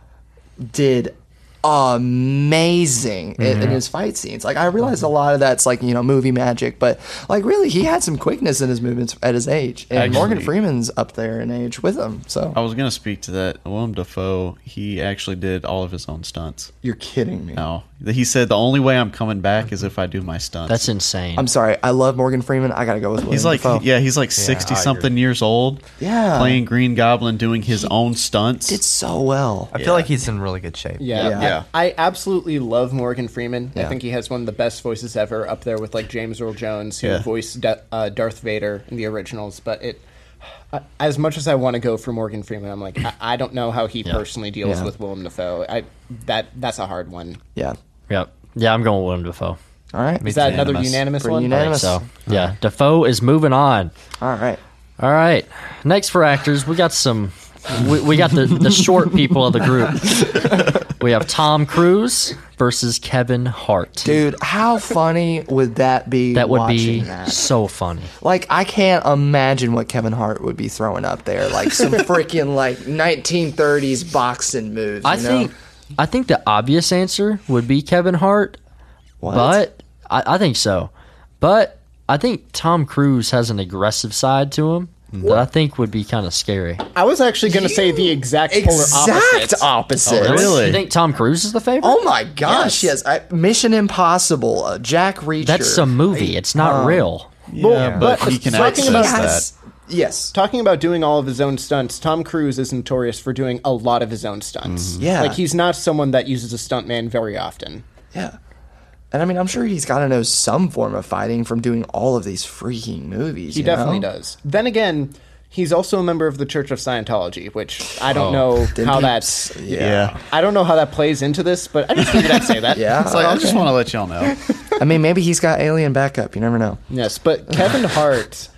S2: did amazing i-
S3: Mm-hmm.
S2: in, his fight scenes. Like I realize a lot of that's like you know movie magic, but like really he had some quickness in his movements at his age. And Morgan
S3: Actually- Oh.
S2: Freeman's up there in age with him. So
S3: I was gonna speak to that. Willem Dafoe, he actually did all of his own stunts.
S2: you're kidding me.
S3: No, he said the only way I'm coming back is if I do my stunts.
S1: That's insane.
S2: I'm sorry. I love Morgan Freeman. I gotta go with Willem
S3: he's like
S2: Dafoe.
S3: yeah, he's like sixty something years old.
S2: Yeah.
S3: playing Green Goblin, doing his own stunts.
S2: did so well.
S5: I feel like he's in really good shape.
S4: Yeah,
S2: Yeah.
S3: Yeah.
S4: I, I absolutely love Morgan Freeman. I
S2: Yeah.
S4: think he has one of the best voices ever, up there with like James Earl Jones, who
S3: Yeah.
S4: voiced Da- uh, Darth Vader in the originals. But it, I as much as I want to go for Morgan Freeman, I'm like, I, I don't know how he personally deals
S2: Yeah.
S4: with Willem Dafoe. I that that's a hard one.
S2: Yeah.
S1: Yep. Yeah, I'm going with Willem Dafoe.
S2: All right.
S4: Is that another
S3: unanimous.
S4: unanimous
S2: Pretty
S4: one?
S1: I think
S2: unanimous.
S1: so. Yeah, Defoe is moving on.
S2: All right.
S1: All right. Next for actors, we got some. We, we got the, the short people of the group. We have Tom Cruise versus Kevin Hart.
S2: Dude, how funny would that be?
S1: that would be
S2: watching that?
S1: so funny.
S2: like I can't imagine what Kevin Hart would be throwing up there, like some freaking like 1930s boxing moves.
S1: I
S2: you know?
S1: think. I think the obvious answer would be Kevin Hart,
S2: What?
S1: but I, I think so. But I think Tom Cruise has an aggressive side to him that I think would be kind of scary.
S4: I was actually going to say the exact polar
S2: exact
S4: opposite.
S2: opposite.
S3: Oh, really?
S1: You think Tom Cruise is the favorite?
S2: Oh my gosh! Yes, I, Mission Impossible, uh, Jack Reacher.
S1: That's a movie. It's not
S2: um,
S1: real.
S3: Yeah, but,
S4: but
S3: he can
S4: talking
S3: access
S4: about-
S3: that.
S2: Yes. Yes.
S4: Talking about doing all of his own stunts, Tom Cruise is notorious for doing a lot of his own stunts.
S2: Yeah.
S4: like he's not someone that uses a stuntman very often.
S2: Yeah. And I mean, I'm sure he's got to know some form of fighting from doing all of these freaking movies.
S4: He
S2: you
S4: definitely
S2: know?
S4: does. Then again, he's also a member of the Church of Scientology, which I don't know how that's.
S2: Yeah.
S3: Yeah,
S4: I don't know how that plays into this, but I just figured I'd say that.
S2: Yeah.
S3: it's like I
S2: okay.
S3: just want to let y'all know.
S2: I mean, maybe he's got alien backup. You never know.
S4: Yes, but Kevin Hart,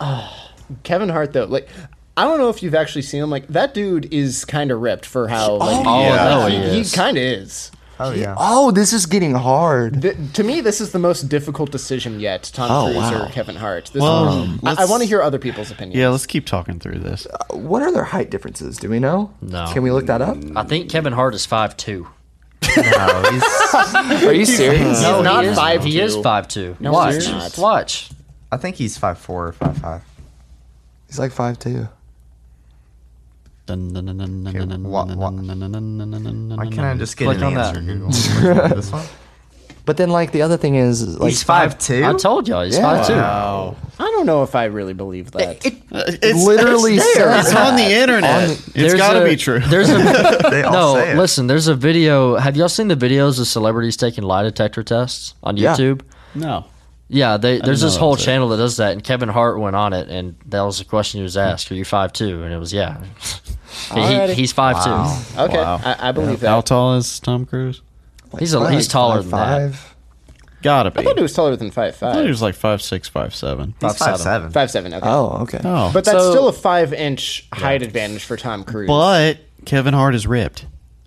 S4: ah, Kevin Hart though, like I don't know if you've actually seen him. Like that dude is kind of ripped for how. Like,
S1: Oh,
S3: Yeah.
S1: no, he
S4: he,
S1: is.
S4: kind of is.
S5: Oh yeah.
S2: Oh, this is getting hard.
S4: Th- to me, this is the most difficult decision yet: Tom
S2: Oh,
S4: Cruise
S2: wow.
S4: or Kevin Hart. This
S3: Well,
S4: one- I,
S3: let's-
S4: want to hear other people's opinions.
S3: Yeah, let's keep talking through this.
S2: What are their height differences? Do we know?
S1: No.
S2: Can we look that up?
S1: I think Kevin Hart is five two.
S5: No, he's-
S2: Are you serious?
S4: No, not
S1: he is,
S4: five
S1: He
S4: two.
S1: is five two.
S4: No,
S1: Watch,
S4: he's not.
S1: watch.
S5: I think he's five four or five five.
S2: He's like five two.
S3: Dun, dun, dun, dun, dun, dun,
S5: wha-
S3: dun,
S5: wha-
S3: dun, dun, dun, dun, dun, dun,
S5: Why
S3: dun,
S5: can't I
S3: dun.
S5: just get
S1: Click
S5: an
S1: on that.
S5: answer? Google? this one.
S2: But then, like the other thing is, is, like
S1: He's
S5: five
S1: five
S5: two?
S1: I told y'all he's
S2: Yeah.
S1: five two.
S3: Wow.
S4: I don't know if I really believe that.
S3: It's
S2: literally
S3: it's, there.
S2: says
S3: It's on the internet.
S2: On-
S3: it's
S1: There's
S3: got to
S1: a-
S3: be true.
S1: There's a
S5: They all say
S1: no.
S5: it.
S1: Listen, there's a video. Have y'all seen the videos of celebrities taking lie detector tests on
S2: Yeah.
S1: YouTube?
S3: No.
S1: Yeah, they, there's
S3: know
S1: this
S3: that
S1: whole
S3: was it.
S1: channel that does that, and Kevin Hart went on it, and that was the question he was asked: "Are you five two? And it was yeah. He-
S4: Alrighty.
S1: he's five two.
S4: Okay,
S3: Wow.
S4: I, I believe
S3: How
S4: that.
S3: tall is Tom Cruise?
S2: like,
S1: He's a, he's taller than that.
S3: Gotta be.
S4: I thought he was taller than five
S3: I thought he
S4: five.
S3: was like five six, five seven.
S5: He's five seven.
S4: Five seven. Okay.
S2: Oh, okay.
S3: Oh,
S4: But that's
S1: So-
S4: still a five inch height advantage for Tom Cruise.
S3: but Kevin Hart is ripped.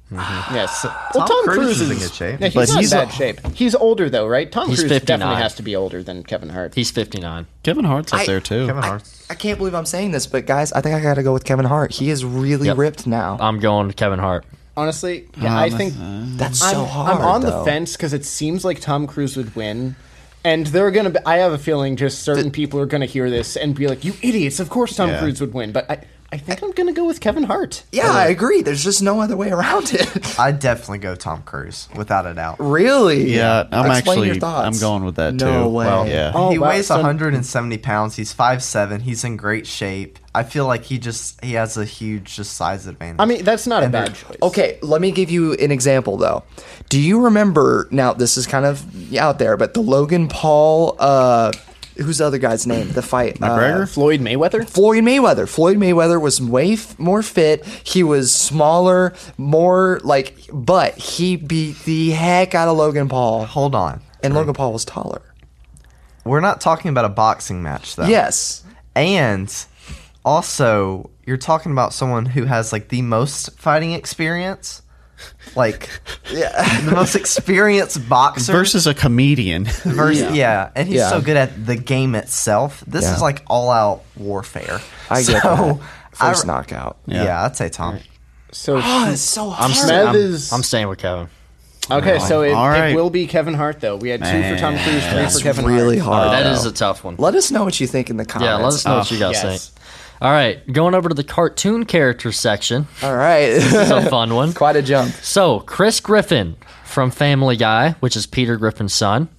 S4: yes. Well, Tom, Cruise, is
S5: in good shape.
S4: Yeah, he's
S3: But
S4: not
S3: he's
S4: in bad
S3: a-
S4: shape. He's older though, right? Tom
S1: He's
S4: Cruise
S1: 59.
S4: definitely has to be older than Kevin Hart.
S1: He's fifty nine.
S3: Kevin Hart's up
S2: I-
S3: there too.
S5: Kevin Hart's
S2: I can't believe I'm saying this, but guys, I think I gotta go with Kevin Hart. He is really
S1: Yep.
S2: ripped now.
S1: I'm going Kevin Hart.
S4: Honestly, yeah, I think
S3: uh,
S2: That's
S4: I'm,
S2: so hard.
S4: I'm on
S2: though.
S4: the fence because it seems like Tom Cruise would win. And they're gonna. Be, I have a feeling just certain people are gonna hear this and be like, "You idiots! Of course Tom
S3: Yeah.
S4: Cruise would win." But I, I think I'm gonna go with Kevin Hart.
S2: Yeah, I agree. There's just no other way around it.
S5: I'd definitely go Tom Cruise without a doubt.
S2: Oh, really?
S3: Yeah,
S2: Explain
S3: I'm actually.
S2: Your thoughts.
S3: I'm going with that too.
S2: No way.
S3: Well, yeah.
S4: Oh,
S5: he
S4: wow,
S5: weighs
S4: so-
S5: 170 pounds. He's 5'7". He's in great shape. I feel like he just he has a huge just size advantage.
S4: I mean, that's not a
S5: And
S4: bad
S5: they're-
S4: choice.
S2: Okay, let me give you an example though. Do you remember now this is kind of out there, but the Logan Paul uh who's the other guy's name? The fight uh,
S3: McGregor?
S4: Floyd Mayweather.
S2: Floyd Mayweather. Floyd Mayweather was way f- more fit. He was smaller, more like but he beat the heck out of Logan Paul
S5: Hold on.
S2: and Logan Paul was taller.
S5: we're not talking about a boxing match though.
S2: Yes.
S5: And also, you're talking about someone who has like the most fighting experience. Like the most experienced boxer
S3: Versus a comedian.
S5: versus yeah. and he's
S2: Yeah.
S5: so good at the game itself. This
S2: Yeah.
S5: is like all out warfare.
S2: I get that.
S5: so,
S2: First
S5: I-
S2: knockout.
S5: Yeah.
S3: Yeah.
S5: I'd say Tom.
S4: So
S2: Oh, it's so hard.
S1: I'm,
S4: Mev
S1: sta- I'm,
S4: is-
S1: I'm staying with Kevin.
S4: okay, so it,
S3: All right.
S4: it will be Kevin Hart though. We had two for Tom Cruise, three
S2: That's
S4: for Kevin
S2: really
S4: Hart.
S2: hard.
S1: That
S2: though.
S1: is a tough one. Oh,
S2: Let us know what you think in the comments.
S1: yeah, let us know what you guys
S4: yes.
S1: think. All right, going over to the cartoon character section.
S2: All right.
S1: It's a fun one.
S2: Quite a jump.
S1: So, Chris Griffin from Family Guy, which is Peter Griffin's son,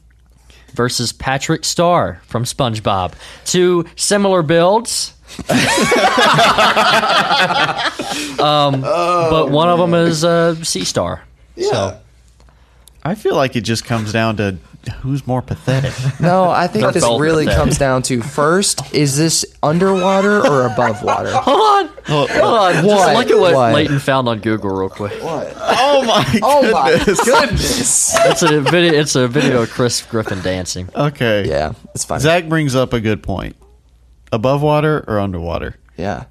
S1: versus Patrick Starr from SpongeBob. Two similar builds. um, but one of them is uh, Sea Star.
S2: Yeah.
S3: I feel like it just comes down to who's more pathetic.
S2: No, I think this
S1: both
S2: really
S1: pathetic.
S2: comes down to first, is this underwater or above water?
S1: Hold on. Hold on. Just
S2: What?
S1: look at what,
S2: What?
S1: Leighton found on Google real quick.
S3: oh my
S2: Oh my goodness.
S1: It's a video, it's a video of Chris Griffin dancing.
S3: Okay.
S2: Oh. Yeah, it's funny.
S3: Zach brings up a good point. Above water or underwater?
S2: yeah.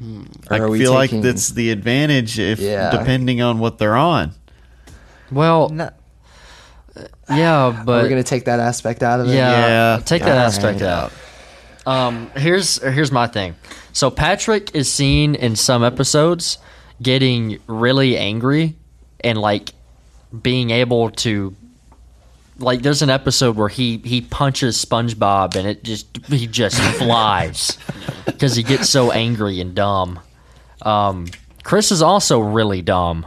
S3: I
S2: Or are we
S3: feel
S2: taking-
S3: like that's the advantage if
S2: Yeah.
S3: depending on what they're on.
S1: Well,
S5: No.
S1: yeah, but.
S2: We're gonna take that aspect out of it.
S1: Yeah,
S3: Yeah.
S1: take that aspect out. Um, here's here's my thing. So Patrick is seen in some episodes getting really angry and like being able to like there's an episode where he he punches SpongeBob and it just he just flies because he gets so angry and dumb. Um, Chris is also really dumb,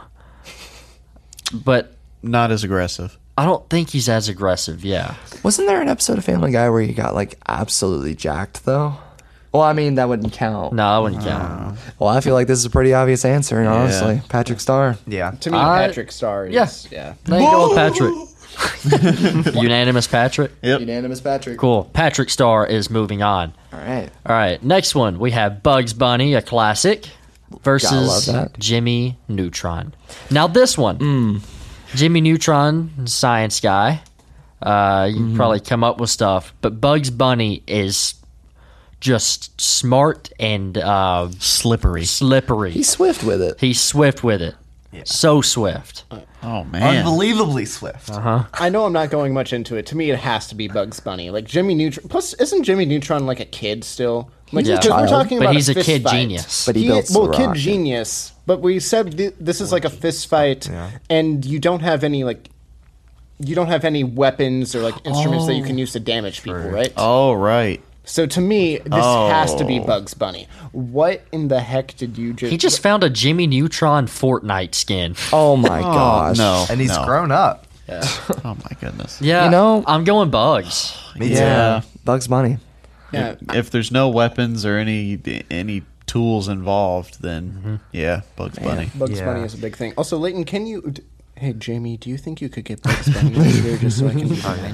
S1: but
S3: Not as aggressive.
S1: I don't think he's as aggressive. Yeah.
S2: Wasn't there an episode of Family Guy where you got like absolutely jacked though? Well, I mean that wouldn't count.
S1: No, I wouldn't count.
S2: Well, I feel like this is a pretty obvious answer, and honestly, Patrick Starr.
S5: Yeah.
S4: To me,
S1: I-
S4: Patrick Star. Is,
S1: Yes.
S4: Yeah.
S1: There you go, Patrick. Unanimous Patrick.
S2: Unanimous Patrick.
S1: Cool. Patrick Star is moving on.
S2: All right.
S1: All right, next one we have Bugs Bunny, a classic, versus
S2: Gotta love that. Mm.
S1: Jimmy Neutron. Now this one, Jimmy Neutron, science guy. Uh, you
S2: Mm-hmm.
S1: can probably come up with stuff, but Bugs Bunny is just smart and uh,
S3: Slippery.
S1: slippery.
S2: He's swift with it.
S1: He's swift with it. So swift.
S3: Oh man. Uh-huh.
S5: Unbelievably swift.
S4: I know I'm not going much into it. To me, it has to be Bugs Bunny. Like Jimmy Neutron. Plus, isn't Jimmy Neutron like a kid still? Like
S1: Yeah.
S4: 'cause we're
S2: Child.
S4: talking
S1: But
S4: about
S1: he's a
S4: fist
S1: kid
S4: fight.
S1: genius. But
S2: he built
S4: well,
S2: the
S4: kid
S2: rocket.
S4: genius. But we said th- this is like a fist fight, and you don't have any like, you don't have any weapons or like instruments that you
S1: Oh.
S4: can use to damage people, right?
S3: oh right.
S4: So to me, this has to be Bugs Bunny. What in the heck did you just?
S1: Oh. He just found a Jimmy Neutron Fortnite skin.
S2: Oh my gosh.
S3: No.
S5: And he's
S3: no.
S5: grown up.
S3: Oh my goodness.
S1: Yeah,
S2: You know-
S1: I'm going Bugs.
S5: Me
S2: Yeah. Bugs Bunny.
S4: Yeah.
S3: If there's no weapons or any any tools involved, then yeah, Bugs Bunny.
S4: Bugs
S5: Yeah.
S4: Bunny is a big thing. Also, Leighton, can you? d- Hey Jamie, do you think you could get Bugs Bunny over here just so I can?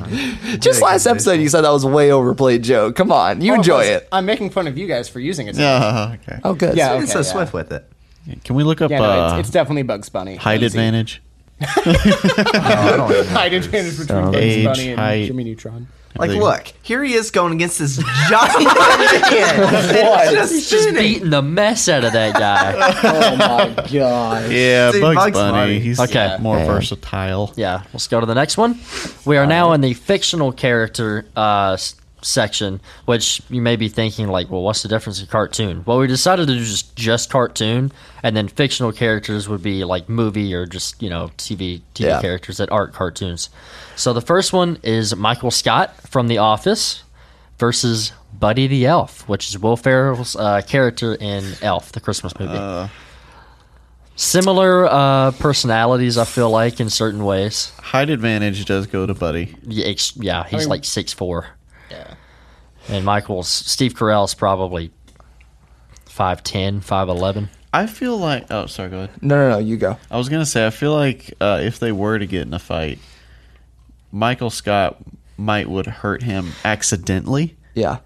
S4: Be
S2: Just last episode, you said that was way overplayed joke. Come on,
S1: Oh,
S2: you enjoy it.
S4: I'm making fun of you guys for using it.
S3: Yeah. okay.
S2: Oh, good.
S4: Yeah.
S5: He's so
S4: Okay, yeah.
S5: swift with it.
S3: Can we look up
S4: Yeah, no,
S3: uh,
S4: it's, it's definitely Bugs Bunny.
S3: height
S4: Easy.
S3: advantage?
S4: Height advantage between Bugs
S3: Age,
S4: Bunny and
S3: height.
S4: Jimmy Neutron.
S5: Like,
S3: They-
S5: look, here he is going against this giant man. Just
S1: Just
S5: shooting.
S1: beating the mess out of that guy.
S4: Oh my god.
S3: Yeah,
S5: Dude,
S3: Bugs,
S5: Bugs
S3: Bunny.
S5: Bunny.
S3: He's
S1: Okay.
S3: more versatile.
S1: yeah, let's go to the next one. We are now in the fictional character uh, s- section, which you may be thinking, like, well, what's the difference in cartoon? Well, we decided to do just just cartoon, and then fictional characters would be like movie or just you know TV TV
S2: Yeah.
S1: characters that aren't cartoons. So the first one is Michael Scott from The Office versus Buddy the Elf, which is Will Ferrell's uh, character in Elf, the Christmas movie.
S3: Uh.
S1: Similar uh, personalities, I feel like, in certain ways.
S3: Height advantage does go to Buddy.
S1: Yeah, ex- yeah he's
S4: mean-
S1: like six four. Yeah. And Michael's Steve Carell's probably 5'10", 5'11".
S3: I feel like. Oh, sorry. Go ahead.
S2: No, no, no. You go.
S3: I was gonna say, I feel like uh, if they were to get in a fight, Michael Scott might would hurt him accidentally.
S2: Yeah.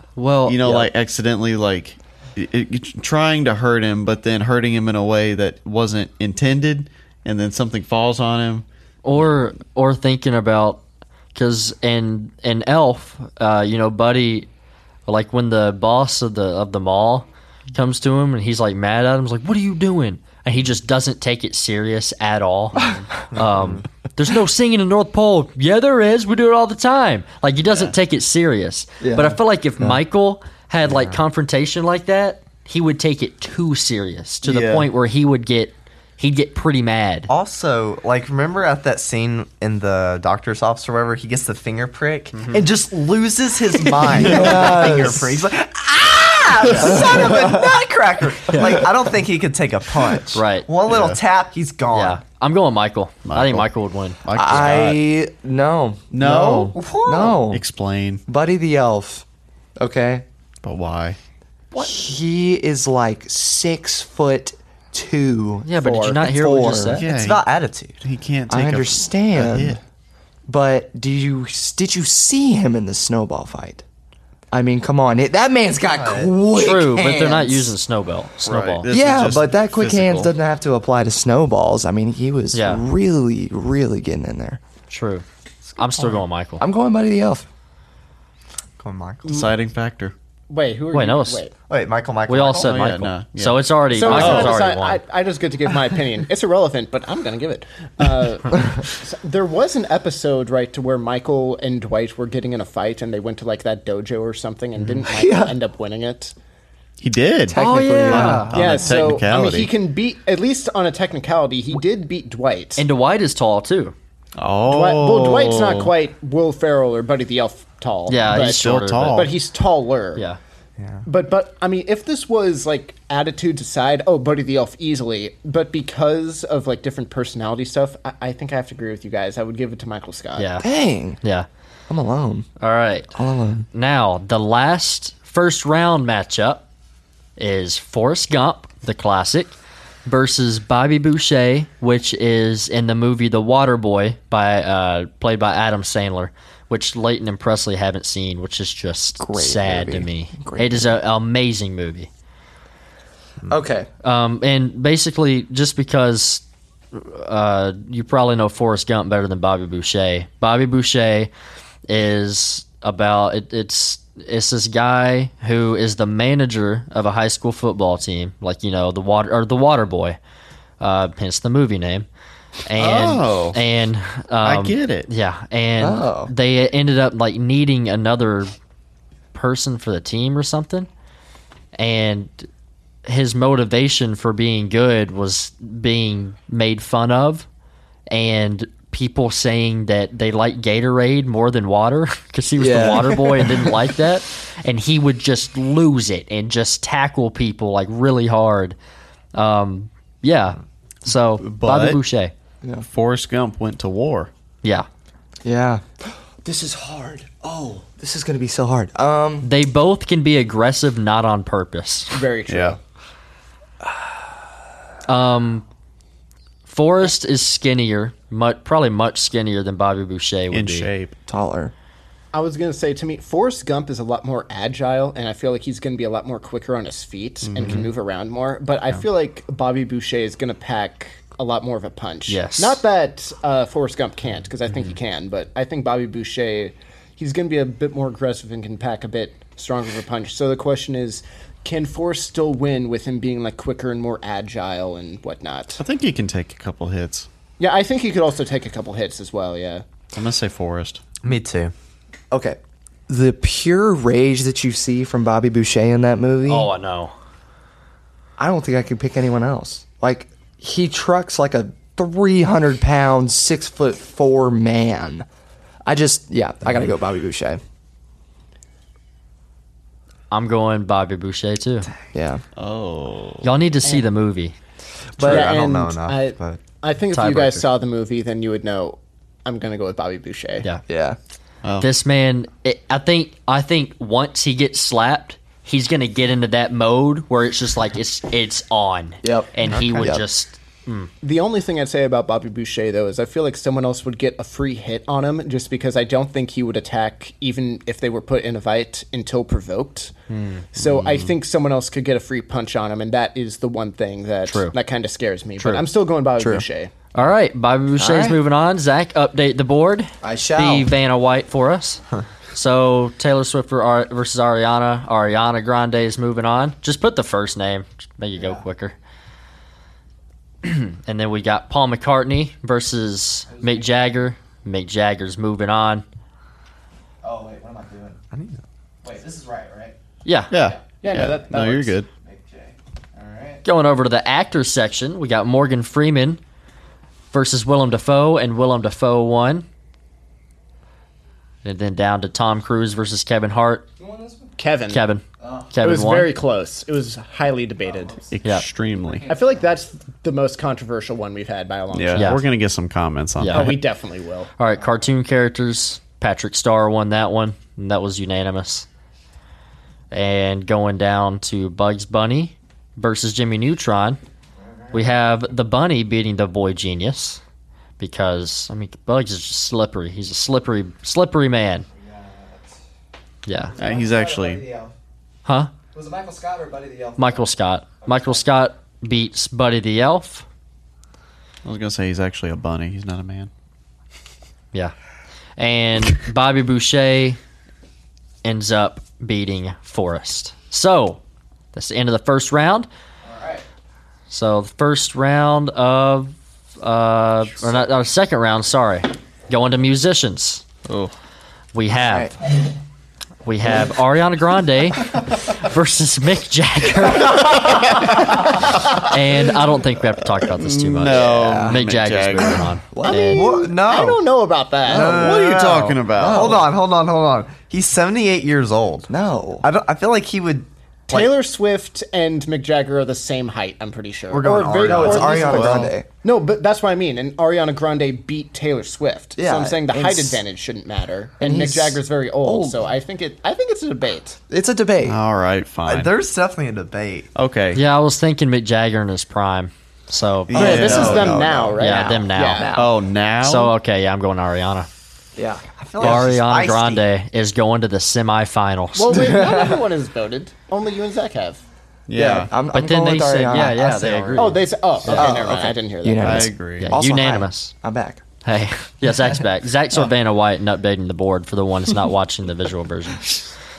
S4: Oh,
S1: Well,
S3: You know, like accidentally, like i i trying to hurt him, but then hurting him in a way that wasn't intended, and then something falls on him.
S1: or or thinking about because in in Elf, uh, you know, Buddy, like when the boss of the of the mall comes to him and he's like mad at him, he's like, "What are you doing?" And he just doesn't take it serious at all. um, there's no singing in North Pole. Yeah, there is. We do it all the time. Like he doesn't take it serious.
S2: Yeah.
S1: But I feel like if Michael had like confrontation like that, he would take it too serious to the
S3: Yeah.
S1: point where he would get he'd get pretty mad.
S5: Also, like, remember at that scene in the doctor's office or wherever, he gets the finger prick and just loses his mind. over the finger
S2: Yes.
S5: prick. He's like, ah, son of a nutcracker. Like, I don't think he could take a punch.
S1: Right.
S5: One little tap, he's gone.
S1: Yeah, I'm going Michael. I think Michael
S3: Michael.
S1: would win.
S3: Like
S2: I no
S3: No?
S2: no, no.
S3: explain,
S2: Buddy the elf. Okay,
S3: but why?
S2: he is like six foot two.
S1: Yeah, but did you
S2: four-
S1: not hear what we just
S2: four.
S1: said?
S3: Yeah,
S5: It's
S3: he-
S5: about attitude.
S3: he, can't. Take
S2: I
S3: a-
S2: understand.
S3: a hit.
S2: But do you did you see him in the snowball fight? I mean, come on, it, that man's got quick
S1: True, but they're not
S2: hands.
S1: using snowball. Snowball.
S3: This is
S2: yeah,
S3: just
S2: but that quick hands
S3: physical.
S2: doesn't have to apply to snowballs. I mean, he was
S1: Yeah.
S2: really, really getting in there.
S1: True. I'm still going Michael.
S2: I'm going Buddy the Elf.
S5: Come on, Michael.
S3: deciding factor.
S4: Wait, who are
S1: Wait,
S4: you?
S1: no, it's- Oh,
S4: wait.
S5: Wait, Michael, Michael.
S1: we all
S5: Michael?
S1: said
S3: Oh, yeah,
S1: Michael,
S3: no, yeah.
S1: so it's already
S4: So it's
S1: Michael's
S4: not
S1: already
S4: decide-
S1: won.
S4: I, I just get to give my opinion. It's irrelevant, but I'm going to give it. Uh, so there was an episode, right, to where Michael and Dwight were getting in a fight and they went to like that dojo or something and didn't Michael end up winning it.
S3: He did.
S1: oh yeah.
S3: On
S4: yeah,
S3: a
S4: so I mean,
S3: technicality.
S4: he can beat, at least on a technicality, he did beat Dwight.
S1: And Dwight is tall too.
S3: Oh,
S4: Dwight, well, Dwight's not quite Will Ferrell or Buddy the Elf tall.
S1: Yeah,
S4: but,
S1: he's shorter,
S3: still tall.
S1: but-
S4: but he's taller.
S1: yeah.
S4: But but I mean, if this was like attitudes aside, oh, Buddy the Elf easily. But because of like different personality stuff, I, I think I have to agree with you guys. I would give it to Michael Scott.
S1: Yeah.
S2: Dang,
S1: Yeah.
S2: I'm alone.
S1: All right. Now the last first round matchup is Forrest Gump, the classic, versus Bobby Boucher, which is in the movie The Waterboy by uh, played by Adam Sandler, which Leighton and Presley haven't seen, which is just sad to
S2: movie.
S1: me.
S2: Great
S1: it is an amazing movie.
S2: Okay,
S1: Um, and basically, just because uh, you probably know Forrest Gump better than Bobby Boucher. Bobby Boucher is about it, it's it's this guy who is the manager of a high school football team, like you know the water or the water boy, uh, hence the movie name. And
S3: Oh.
S1: and um,
S3: I get it.
S1: yeah, and
S2: Oh.
S1: they ended up like needing another person for the team or something. And his motivation for being good was being made fun of and people saying that they like Gatorade more than water because he was
S2: Yeah.
S1: the water boy and didn't like that. And he would just lose it and just tackle people like really hard. Um, yeah. So, Bobby
S3: But-
S1: Boucher.
S3: Forrest Gump went to war.
S1: Yeah.
S2: yeah, this is hard. Oh, this is gonna be so hard. Um,
S1: They both can be aggressive, not on purpose.
S4: Very true.
S1: Forrest is skinnier, much, probably much skinnier than Bobby Boucher would
S3: in
S1: be.
S3: shape.
S2: taller.
S4: I was gonna say to me, Forrest Gump is a lot more agile, and I feel like he's gonna be a lot more quicker on his feet and can move around more. But I feel like Bobby Boucher is gonna pack a lot more of a punch.
S1: Yes.
S4: Not that uh, Forrest Gump can't, because I think he can, but I think Bobby Boucher, he's gonna be a bit more aggressive and can pack a bit stronger of a punch. So the question is, can Forrest still win with him being like quicker and more agile and whatnot?
S3: I think he can take a couple hits.
S4: Yeah, I think he could also take a couple hits as well. Yeah.
S3: I'm gonna say Forrest.
S5: Me too.
S2: Okay, the pure rage that you see from Bobby Boucher in that movie.
S1: Oh, I know.
S2: I don't think I could pick anyone else. Like he trucks like a three hundred pound, six foot four man. I just yeah, I gotta go Bobby Boucher.
S1: I'm going Bobby Boucher too.
S2: Yeah.
S1: Y'all need to see the movie.
S5: But
S4: Yeah,
S5: I don't know
S4: and
S5: enough.
S4: I,
S5: but
S4: I think if you guys
S1: Tiebreaker.
S4: saw the movie, then you would know. I'm gonna go with Bobby Boucher.
S1: Yeah.
S2: Yeah. Oh.
S1: This man, it, I think, I think once he gets slapped, he's gonna get into that mode where it's just like it's it's on.
S2: Yep.
S1: And he would
S2: Yep.
S1: just
S4: The only thing I'd say about Bobby Boucher though is I feel like someone else would get a free hit on him just because I don't think he would attack even if they were put in a fight until provoked.
S1: Hmm.
S4: So I think someone else could get a free punch on him, and that is the one thing that
S1: True.
S4: that kind of scares me. But I'm still going Bobby Boucher.
S1: All right, Bobby Boucher's
S2: All right.
S1: moving on. Zach, update the board.
S2: I shall.
S1: Be Vanna White for us. so Taylor Swift ver- Ar- versus Ariana. Ariana Grande is moving on. Just put the first name. Just Make it go quicker. and then we got Paul McCartney versus Mick Jagger. Mick Jagger's moving on.
S2: Oh wait, what am I doing?
S5: I need to-
S2: Wait, this is right, right?
S1: Yeah.
S3: Yeah.
S4: Yeah, no, that- that
S3: no, you're
S4: works.
S3: good.
S2: Make J. All right.
S1: Going over to the actor section, we got Morgan Freeman versus Willem Dafoe, and Willem Dafoe won. And then down to Tom Cruise versus Kevin Hart.
S4: Kevin.
S1: Kevin.
S4: It
S1: Kevin
S4: was
S1: won.
S4: very close. It was highly debated.
S3: Extremely.
S4: I feel like that's the most controversial one we've had by a long
S3: Yeah.
S4: shot.
S1: Yeah.
S3: We're gonna get some comments on
S1: Yeah.
S4: Oh,
S3: that.
S4: we definitely will.
S1: All right, cartoon characters. Patrick Starr won that one, and that was unanimous. And going down to Bugs Bunny versus Jimmy Neutron, we have the bunny beating the boy genius because I mean Bugs is just slippery. He's a slippery, slippery man. Yeah,
S3: Uh, he's actually
S1: huh?
S2: Was it Michael Scott or Buddy the Elf?
S1: Michael Scott. Michael Scott beats Buddy the Elf.
S3: I was gonna say he's actually a bunny. He's not a man.
S1: Yeah. And Bobby Boucher ends up beating Forrest. So that's the end of the first round. So the first round of uh or not our second round, sorry. Going to musicians.
S3: Oh.
S1: We have we have Ariana Grande versus Mick Jagger. and I don't think we have to talk about this too much.
S3: No,
S1: Mick,
S3: Mick
S1: Jagger's
S3: Jagger. Uh,
S1: moving on. And-
S5: What? No.
S4: I don't know about that.
S3: Oh, What are you talking about?
S5: Hold on, hold on, hold on. He's 78 years old.
S1: Oh.
S2: No.
S5: I don't. I feel like he would. like-
S4: Taylor Swift and Mick Jagger are the same height, I'm pretty sure. We're
S5: going Ariana.
S2: no, it's
S5: Or at
S2: Ariana
S5: well.
S2: Grande.
S4: No, but that's what I mean. And Ariana Grande beat Taylor Swift.
S2: Yeah,
S4: so I'm saying the
S2: and
S4: height
S2: s-
S4: advantage shouldn't matter. And,
S2: and
S4: Mick
S2: he's
S4: Jagger's very old,
S2: old.
S4: so I think it I think it's a debate.
S2: It's a debate.
S1: Oh.
S3: All right, fine.
S5: There's definitely a debate.
S3: okay.
S1: Yeah, I was thinking Mick Jagger in his prime. So
S4: Oh,
S3: Yeah.
S4: this is
S3: No,
S4: them
S5: no,
S4: now, right?
S1: Yeah, them now.
S3: Oh, now.
S1: so uh, okay, yeah, I'm going Ariana.
S2: Oh, Yeah.
S5: I feel like it's just
S1: Ariana
S5: icy.
S1: Grande is going to the semifinals.
S4: Well, wait, not everyone has voted. Only you and Zach have.
S3: yeah.
S2: I'm,
S1: but
S2: I'm
S1: then
S2: going
S1: they
S2: with
S1: said,
S2: Ariana.
S1: yeah, yeah,
S5: I say
S1: they
S5: Ariana.
S1: agree.
S4: Oh, they. s- Oh, okay, never mind.
S2: okay.
S4: I didn't hear that.
S2: You know,
S3: I
S2: it's-
S3: agree.
S1: yeah,
S2: Also high.
S1: unanimous.
S2: I'm back.
S1: Hey, yeah, Zach's back. Zach's with Vanna White and updating the board for the one that's not watching the visual version.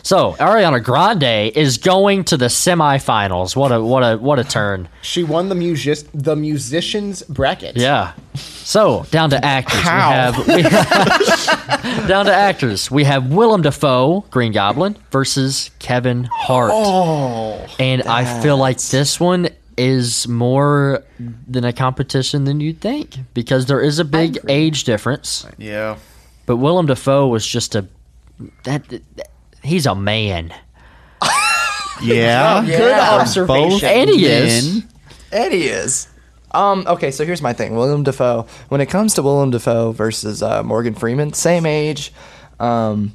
S1: So Ariana Grande is going to the semifinals. What a what a what a turn.
S4: She won the music the musicians bracket.
S1: Yeah. So down to actors, we have we- down to actors. We have Willem Dafoe, Green Goblin, versus Kevin Hart. Oh, and I feel like this one is more than a competition than you'd think because there is a big age difference.
S3: Yeah.
S1: But Willem Dafoe was just a that, that- he's a man,
S3: Yeah.
S4: Good observation.
S1: and he is.
S2: It is. Um, okay, so here's my thing. William Defoe. When it comes to William Defoe versus uh, Morgan Freeman, same age. Um,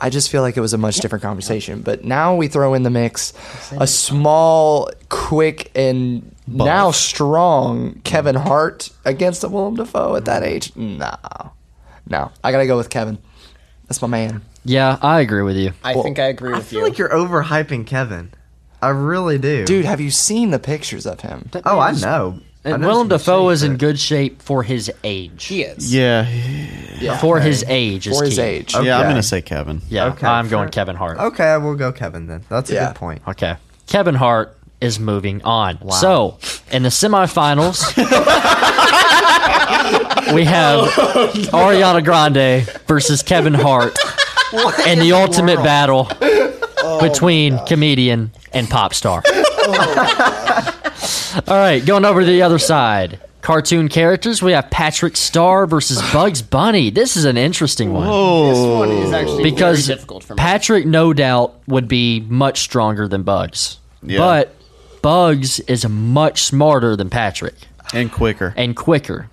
S2: I just feel like it was a much different conversation. But now we throw in the mix a small, quick, and now strong Kevin
S4: Mm.
S2: Hart against a William Defoe at that age. Nah, no, I gotta go with Kevin. That's my man.
S1: Yeah, I agree with you.
S4: I think I agree
S5: I
S4: with
S5: feel
S4: you.
S5: like you're overhyping Kevin. I really do,
S2: Dude, have you seen the pictures of him?
S5: Oh, I know. I
S1: And
S5: know
S1: Willem
S5: it's
S1: Dafoe
S5: shape,
S1: is in
S5: but-
S1: good shape for his age.
S4: he is.
S3: Yeah.
S1: for his age is
S2: for his
S1: key.
S2: age.
S3: Yeah. I'm
S5: Okay.
S3: gonna say Kevin.
S1: Yeah,
S5: Okay,
S1: I'm going
S5: fair.
S1: Kevin Hart. Okay.
S5: Okay, I will go Kevin then. That's a
S2: Yeah.
S5: good point.
S1: Kevin Hart is moving on. So, in the semifinals, we have Ariana Grande versus Kevin Hart and the ultimate battle between comedian and pop star. All right, going over to the other side. Cartoon characters, we have Patrick Starr versus Bugs Bunny. This is an interesting one.
S4: This one is actually
S1: because
S4: very difficult for me.
S1: Patrick, no doubt, would be much stronger than Bugs.
S3: Yeah.
S1: But Bugs is much smarter than Patrick
S3: And quicker.
S1: and quicker.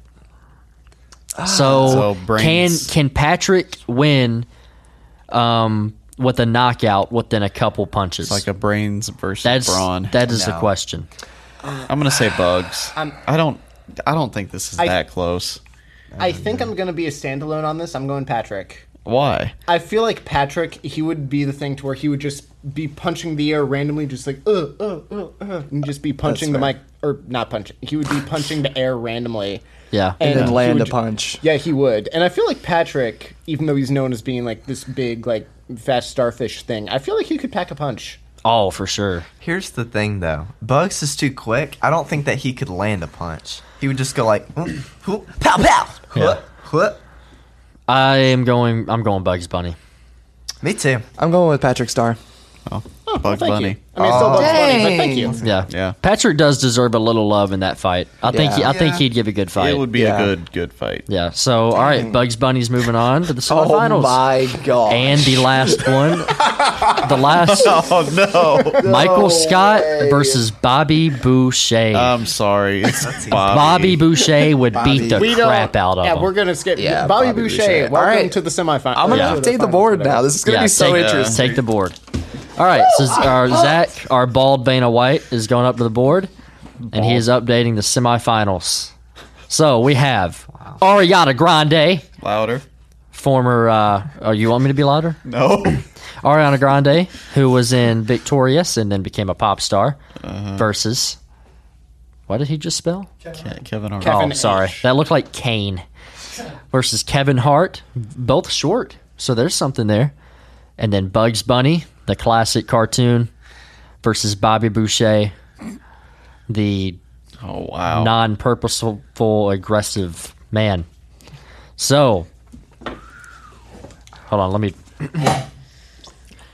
S1: So,
S5: Ah.
S3: So
S1: can
S3: brains.
S1: can Patrick win um, with a knockout within a couple punches?
S3: like a brains versus
S1: That's
S3: brawn.
S1: that is the question.
S3: I'm gonna say bugs. I'm, I don't. I don't think this is
S4: I-
S3: that close.
S4: I think I'm going to be a standalone on this. I'm going Patrick.
S3: Why?
S4: I feel like Patrick, he would be the thing to where he would just be punching the air randomly, just like, uh, uh, uh, uh. and just be punching the
S2: That's
S4: mic or not punching. He would be punching the air randomly.
S1: Yeah.
S2: and then
S4: he
S2: land a
S4: would-
S2: punch.
S4: Yeah, he would. And I feel like Patrick, even though he's known as being like this big, like fast starfish thing, I feel like he could pack a punch.
S1: Oh, for sure.
S5: Here's the thing, though. Bugs is too quick. I don't think that he could land a punch. He would just go like, "Mm, whoop, pow, pow, whoop, whoop.
S1: I am going. I'm going Bugs Bunny.
S5: Me too.
S2: I'm going with Patrick Starr.
S3: Oh, Bugs
S4: Thank
S3: Bunny.
S4: you. I mean, it's still Bugs
S2: Oh.
S4: Bunny, but thank
S5: dang.
S4: you.
S1: Yeah.
S3: Yeah.
S1: Patrick does deserve a little love in that fight. I think. He, I think
S5: Yeah.
S1: he'd give a good fight.
S3: It would be
S2: Yeah.
S3: a good good fight.
S1: yeah. So all right, Bugs Bunny's moving on to the
S2: Oh
S1: semifinals.
S2: my god!
S1: And the last one, the last
S3: Oh no!
S1: Michael Scott versus Bobby Boucher.
S3: I'm sorry. It's
S1: Bobby
S3: Bobby.
S1: Boucher would beat the
S4: We don't-
S1: crap out of
S4: yeah,
S1: him.
S4: we're gonna skip.
S2: Yeah,
S4: Bobby,
S2: Bobby
S4: Boucher,
S2: Boucher.
S4: welcome
S2: All right.
S4: to the semifinals.
S2: I'm gonna
S1: Yeah.
S2: have to take the board now. This is gonna
S1: yeah,
S2: be so
S1: take,
S2: interesting.
S1: Take the board. All right, so our Zach, our bald Vanna White, is going up to the board, and he is updating the semifinals. So we have Ariana Grande,
S3: Louder.
S1: former. Uh, oh, you want me to be louder?
S3: No.
S1: Ariana Grande, who was in Victorious and then became a pop star, versus. What did he just spell?
S3: Ke- Kevin Hart.
S4: Kevin
S1: oh, sorry.
S4: H.
S1: That looked like Kane versus Kevin Hart, both short. So there's something there. And then Bugs Bunny, the classic cartoon, versus Bobby Boucher, the
S3: Oh wow.
S1: non purposeful, aggressive man. So, hold on, let me.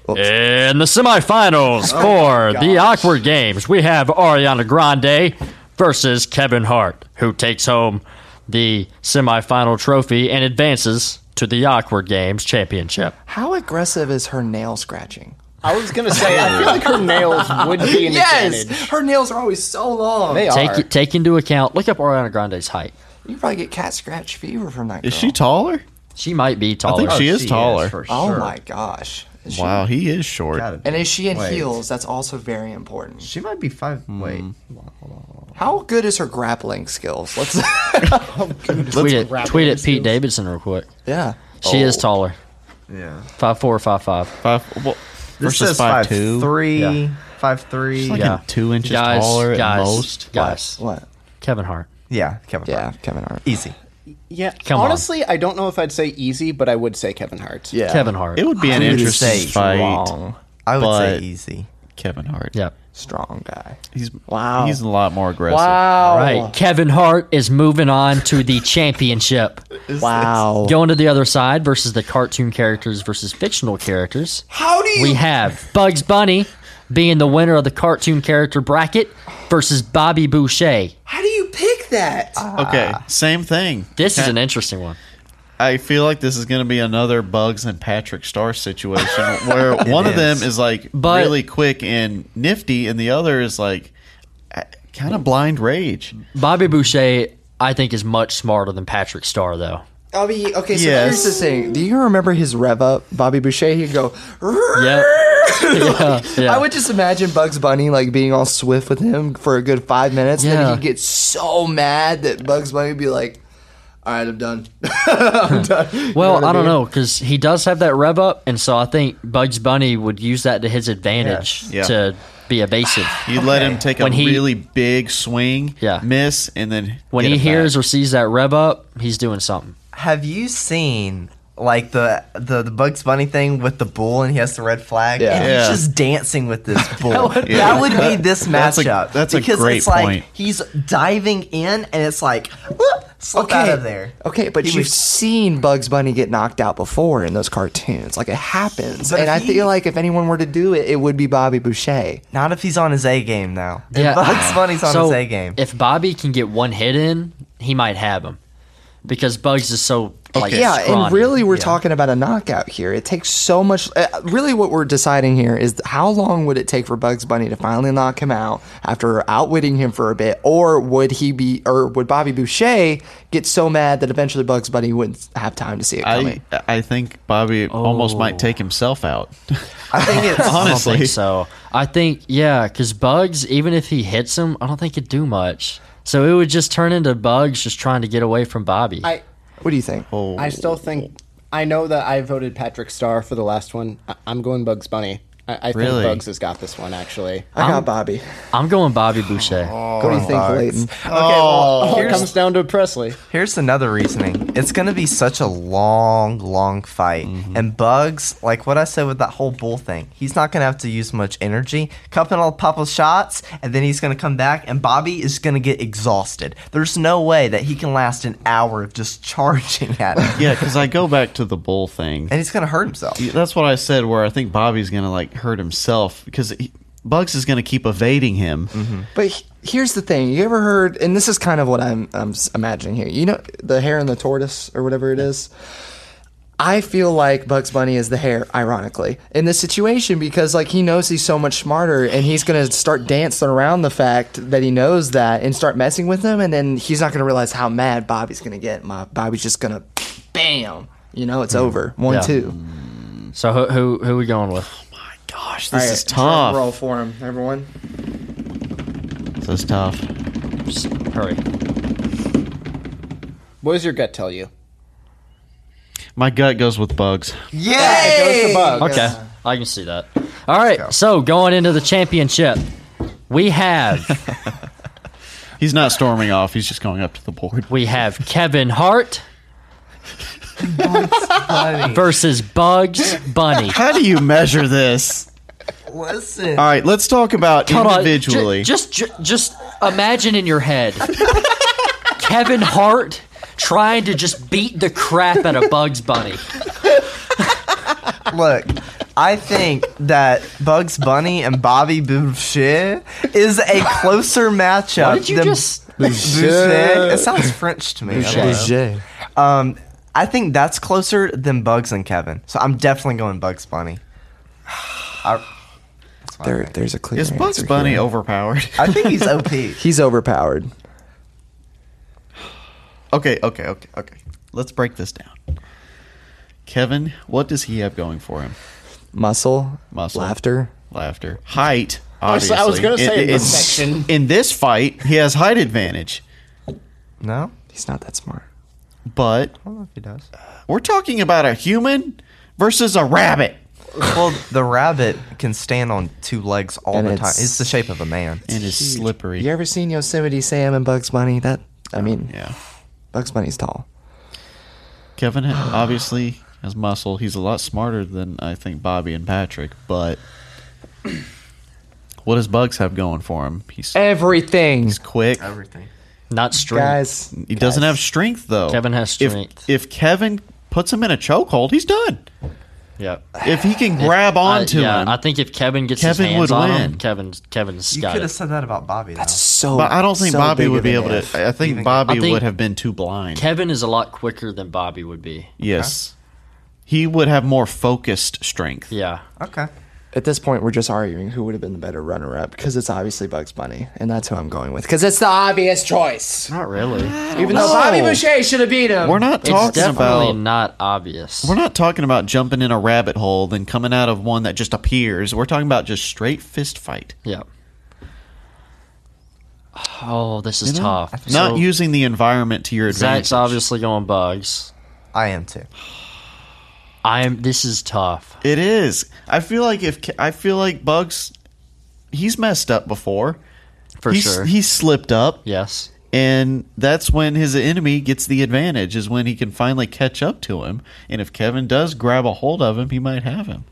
S1: In the semifinals for the Awkward Games, we have Ariana Grande versus Kevin Hart, who takes home the semifinal trophy and advances to the Awkward Games Championship.
S2: How aggressive is her nail scratching?
S4: I was gonna say, I feel like her nails would be an advantage.
S2: her nails are always so long.
S4: They are.
S1: Take, take into account, look up Ariana Grande's height.
S2: You probably get cat scratch fever from that. Girl.
S3: Is she taller?
S1: She might be taller.
S3: think she is taller.
S1: for
S2: oh
S1: sure.
S2: my gosh! Is she-
S3: Wow, he is short.
S2: And is she in
S5: Wait.
S2: heels? That's also very important.
S5: She might be five. Wait.
S2: How good is her grappling skills? Let's. Oh,
S1: Tweet it,
S4: grab
S1: tweet
S4: it.
S1: it Pete Davidson real quick.
S2: yeah.
S1: She
S2: Oh.
S1: is taller.
S5: Yeah.
S1: Five four, five five.
S3: Five. Well,
S5: This
S3: versus
S5: says five,
S3: two.
S5: three,
S1: Yeah.
S5: five, three.
S3: Like
S1: Yeah.
S3: yeah. two inches
S1: guys,
S3: taller
S1: guys,
S3: at most.
S1: Guys,
S2: Oh. What?
S1: Kevin Hart.
S5: Yeah, Kevin.
S2: Yeah,
S5: Hart.
S2: Kevin Hart.
S5: Easy.
S4: Yeah,
S1: Come on.
S4: honestly, I don't know if I'd say easy, but I would say Kevin Hart.
S2: Yeah.
S1: Kevin Hart.
S3: It would be an
S5: I would
S3: interesting
S5: say
S3: fight.
S2: Strong,
S5: I would
S3: But-
S5: say easy.
S3: Kevin Hart.
S1: yeah.
S2: strong guy.
S3: He's
S2: Wow.
S3: He's a lot more aggressive.
S2: Oh.
S1: All right. Kevin Hart is moving on to the championship.
S2: Wow.
S1: Going to the other side versus the cartoon characters versus fictional characters.
S2: How do you?
S1: We have Bugs Bunny being the winner of the cartoon character bracket versus Bobby Boucher.
S2: how do you pick that?
S3: Okay, same thing.
S1: This is
S3: Ki-
S1: an interesting one.
S3: I feel like this is going to be another Bugs and Patrick Star situation where one of them
S5: is.
S3: is like
S1: But-
S3: really quick and nifty, and the other is like kind of blind rage.
S1: Bobby Boucher, I think, is much smarter than Patrick Starr, though.
S2: I mean, okay. So
S3: Yes.
S2: here's the thing. Do you remember his rev up, Bobby Boucher? He'd go.
S1: Yep. yeah, yeah.
S2: I would just imagine Bugs Bunny like being all swift with him for a good five minutes, and
S1: Yeah.
S2: then he'd get so mad that Bugs Bunny would be like, "All right, I'm done."
S1: Well, I don't
S2: mean?
S1: know because he does have that rev up, and so I think Bugs Bunny would use that to his advantage
S3: Yeah.
S1: to be evasive.
S3: You let him take
S1: When
S3: a
S1: he-
S3: really big swing,
S1: Yeah.
S3: miss, and then
S1: When
S3: get
S1: he
S3: it back.
S1: hears or sees that rev up, he's doing something.
S5: Have you seen like the, the the Bugs Bunny thing with the bull and he has the red flag?
S2: Yeah.
S5: And
S3: Yeah.
S5: He's just dancing with this bull. that, would,
S3: Yeah.
S5: be this
S3: That's a-
S5: matchup.
S3: that's a
S5: because
S3: great
S5: it's like
S3: point.
S5: he's diving in and it's like whoop, slip out of there.
S2: Okay, but
S5: He
S2: you've
S5: was-
S2: seen Bugs Bunny get knocked out before in those cartoons. Like it happens,
S5: But
S2: and I
S5: he-
S2: feel like if anyone were to do it, it would be Bobby Boucher.
S5: Not if he's on his A game now. If
S1: Yeah.
S5: Bugs Bunny's on
S1: so
S5: his A game.
S1: if Bobby can get one hit in, he might have him because Bugs is so like
S2: yeah, and
S1: scrawny.
S2: really, we're talking about a knockout here. It takes so much. Uh, really, what we're deciding here is how long would it take for Bugs Bunny to finally knock him out after outwitting him for a bit, or would he be, or would Bobby Boucher get so mad that eventually Bugs Bunny wouldn't have time to see it coming?
S3: I I think Bobby almost might take himself out.
S5: Oh. I think it's
S1: I don't
S3: Honestly,
S1: think so. I think yeah, because Bugs, even if he hits him, I don't think it'd do much. So it would just turn into Bugs just trying to get away from Bobby.
S4: I,
S2: what do you think?
S4: Oh, I still think I know that I voted Patrick Starr for the last one. I, I'm going Bugs Bunny. I, I
S3: Really?
S4: think Bugs has got this one actually.
S2: I got Bobby.
S1: I'm going Bobby Boucher.
S2: what do you think, Leighton?
S3: Oh.
S4: All
S5: here's-
S4: comes down to Presley.
S5: Here's another reasoning. It's going to be such a long, long fight.
S1: Mm-hmm.
S5: And Bugs, like what I said with that whole bull thing, he's not going to have to use much energy. Cupping all Papa's shots, and then he's going to come back, and Bobby is going to get exhausted. There's no way that he can last an hour of just charging at him.
S3: Yeah, because I go back to the bull thing.
S5: And he's going to hurt himself.
S3: That's what I said. Where I think Bobby's gonna like hurt himself because he, Bugs is gonna keep evading him.
S5: Mm-hmm.
S2: But he- here's the thing. You ever heard? And this is kind of what I'm, I'm s- imagining here. You know, the hare and the tortoise, or whatever it is. I feel like Bugs Bunny is the hare, ironically, in this situation because like he knows he's so much smarter, and he's gonna start dancing around the fact that he knows that, and start messing with him, and then he's not gonna realize how mad Bobby's gonna get. My Bobby's just gonna, bam. You know, it's over. One,
S1: Yeah.
S2: two.
S1: So who who who we going with?
S3: Gosh, this is
S2: Drum
S3: tough.
S2: Roll for him, everyone.
S3: This is tough.
S1: Just hurry.
S4: What does your gut tell you?
S3: My gut goes with Bugs.
S4: It goes to Bugs.
S1: Okay, I can see that. All right, so going into the championship, we have
S3: He's not storming off. He's just going up to the board.
S1: we have Kevin Hart versus Bugs Bunny.
S3: How do you measure this?
S5: Listen.
S1: Uh,
S3: All right, let's talk about
S1: Hold on,
S3: individually.
S1: ju- just, ju- just imagine in your head Kevin Hart trying to just beat the crap out of Bugs Bunny.
S5: Look, I think that Bugs Bunny and Bobby Boucher is a closer matchup.
S3: Uh,
S1: What did you
S5: than
S1: just-
S5: Boucher. It sounds French to me. I don't know.
S2: Jay.
S5: Um, I think that's closer than Bugs and Kevin. So I'm definitely going Bugs Bunny. I,
S2: There, there's a clear.
S3: is Bugs
S2: answer
S3: Bunny
S2: here.
S3: overpowered?
S5: I think he's OP.
S2: He's overpowered.
S3: okay, okay, okay, okay. Let's break this down. Kevin, what does he have going for him?
S2: Muscle,
S3: Muscle.
S2: laughter.
S3: Laughter, height.
S4: I was-
S3: Obviously,
S4: I was gonna say in this
S3: it's-
S4: section.
S3: in this fight, he has height advantage,
S5: No,
S2: He's not that smart.
S3: but
S5: I don't know if he does.
S3: we're talking about a human versus a rabbit.
S5: Well, the rabbit can stand on two legs all
S2: And
S5: the time.
S2: it's-
S5: It's the shape of a man.
S3: And is slippery.
S2: You ever seen Yosemite Sam and Bugs Bunny? That I mean,
S3: Yeah.
S2: Bugs Bunny's tall.
S3: Kevin ha- obviously has muscle. He's a lot smarter than I think Bobby and Patrick, but what does Bugs have going for him? He's
S2: Everything,
S3: quick.
S5: Everything.
S1: Not strength.
S2: guys.
S3: He doesn't have strength though.
S1: Kevin has
S3: If-
S1: strength.
S3: If, Kevin puts him in a chokehold, he's done.
S1: Yeah.
S3: If he can grab onto
S1: I, uh, yeah,
S3: him,
S1: I think if Kevin gets
S3: Kevin
S1: his hands
S3: would
S1: on him,
S3: win.
S1: Kevin's Kevin's
S5: You
S1: got
S5: could
S1: it.
S5: have said that about Bobby. Though.
S2: So,
S3: but I don't think
S2: so
S3: Bobby
S2: big
S3: would
S2: of
S3: be
S2: an
S3: able
S2: if.
S3: to. I think
S5: Even-
S3: Bobby
S1: I think-
S3: would have been too blind.
S1: Kevin is a lot quicker than Bobby would be.
S3: yes, he would have more focused strength.
S1: Yeah.
S5: Okay.
S2: At this point, we're just arguing who would have been the better runner-up because it's obviously Bugs Bunny, and that's who I'm going with because it's the obvious choice.
S1: Not really.
S2: Even though Bobby Boucher should have beat him.
S3: We're not
S1: It's
S3: talking
S1: definitely
S3: about.
S1: not obvious.
S3: We're not talking about jumping in a rabbit hole, then coming out of one that just appears. We're talking about just straight fist fight.
S1: yeah. Oh, this is tough.
S3: Not
S1: So,
S3: using the environment to your advantage.
S1: Zach's obviously going bugs.
S5: I am too.
S1: I'm. This is tough.
S3: It is. I feel like if Ke- I feel like Bugs, he's messed up before.
S1: For
S3: he's,
S1: sure.
S3: He slipped up.
S1: yes.
S3: And that's when his enemy gets the advantage, is when he can finally catch up to him. And if Kevin does grab a hold of him, he might have him.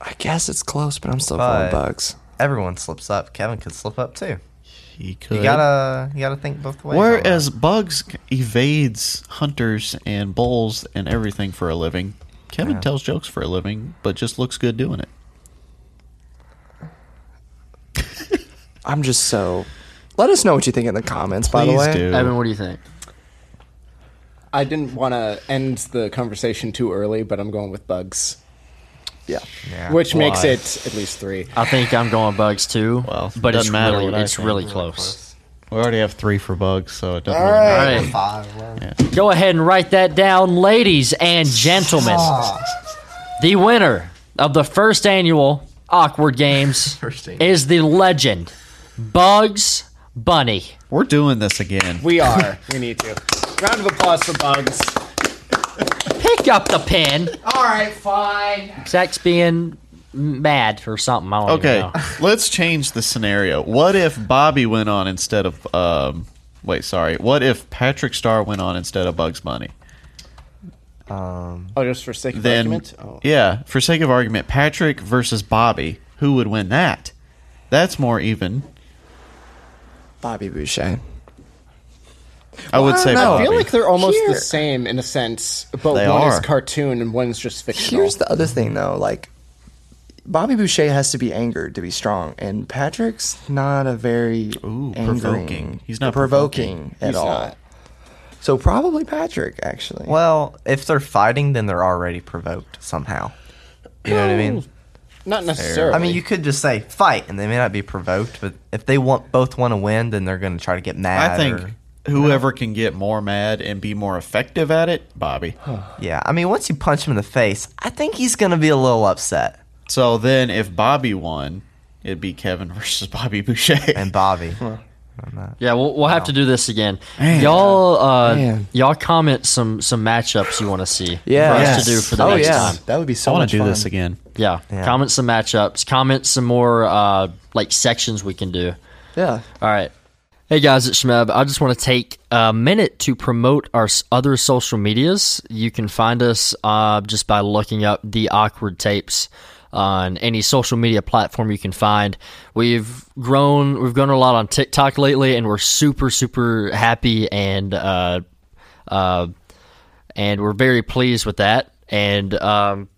S2: I guess it's close, but I'm still going
S5: But-
S2: Bugs.
S5: Everyone slips up. Kevin could slip up too.
S3: He could.
S5: You gotta, you gotta think both ways. on
S3: Whereas Bugs evades hunters and bulls and everything for a living, Kevin tells jokes for a living, but just looks good doing it.
S2: I'm just so. Let us know what you think in the comments. by the
S3: Please
S2: way,
S3: do.
S1: Evan, what do you think?
S4: I didn't want to end the conversation too early, but I'm going with Bugs,
S2: yeah.
S5: that. Yeah.
S4: which makes
S3: Why?
S4: it at least three.
S1: I think I'm going bugs too.
S3: Well,
S1: but
S3: doesn't
S1: it's
S3: matter
S1: really,
S3: what I
S1: it's
S3: think.
S1: really close.
S3: We already have three for Bugs, so it doesn't really matter.
S1: All right.
S5: Five. well,
S1: Go ahead and write that down, ladies and gentlemen. The winner of the first annual Awkward Games
S5: First annual.
S1: is the legend, Bugs Bunny.
S3: We're doing this again.
S4: We are. we need to. Round of applause for Bugs.
S1: Pick up the pen.
S4: All right, fine.
S1: Zach's being mad or something. I don't
S3: Okay,
S1: even know.
S3: let's change the scenario. What if Bobby went on instead of um wait, sorry. What if Patrick Star went on instead of Bugs Bunny?
S4: Oh, just for sake of
S3: Then
S4: argument. Oh.
S3: yeah, for sake of argument, Patrick versus Bobby, who would win that? That's more even.
S2: Bobby Boucher.
S3: I would
S2: don't
S3: say
S2: know.
S3: Bobby.
S4: I feel like they're almost
S2: Here.
S4: the same in a sense, but
S3: They
S4: one
S3: are.
S4: is cartoon and one's just fictional.
S2: Here's the other thing, though. Like, Bobby Boucher has to be angered to be strong, and Patrick's not a very
S3: Ooh,
S2: angering-
S3: provoking. He's not
S2: provoking, at
S4: He's
S2: all.
S4: not.
S2: So probably Patrick, actually.
S5: Well, if they're fighting, then they're already provoked somehow. You know what I mean?
S4: Not necessarily.
S5: I mean, you could just say fight, and they may not be provoked, but if they want both want to win, then they're going to try to get mad.
S3: I think
S5: or-
S3: whoever can get more mad and be more effective at it, Bobby.
S5: yeah. I mean, once you punch him in the face, I think he's going to be a little upset.
S3: So then if Bobby won, it'd be Kevin versus Bobby Boucher.
S5: And Bobby,
S1: Yeah, we'll, we'll have to do this again.
S3: Man.
S1: Y'all, uh,
S2: Man.
S1: y'all comment some some matchups you want to see
S2: yeah,
S1: for us
S3: Yes.
S1: to do for the
S2: oh,
S1: next
S2: yeah.
S1: time.
S2: That would be
S3: I
S2: so
S3: want
S2: much
S3: to do
S2: fun.
S3: this again.
S1: Yeah.
S5: Yeah.
S1: comment some matchups. Comment some more uh, like sections we can do.
S2: Yeah.
S1: All right. Hey guys, it's Shmeb. I just want to take a minute to promote our s- other social medias. You can find us uh, just by looking up the Awkward Tapes on any social media platform you can find. We've grown, we've grown a lot on TikTok lately, and we're super, super happy and uh, uh, and we're very pleased with that. And um,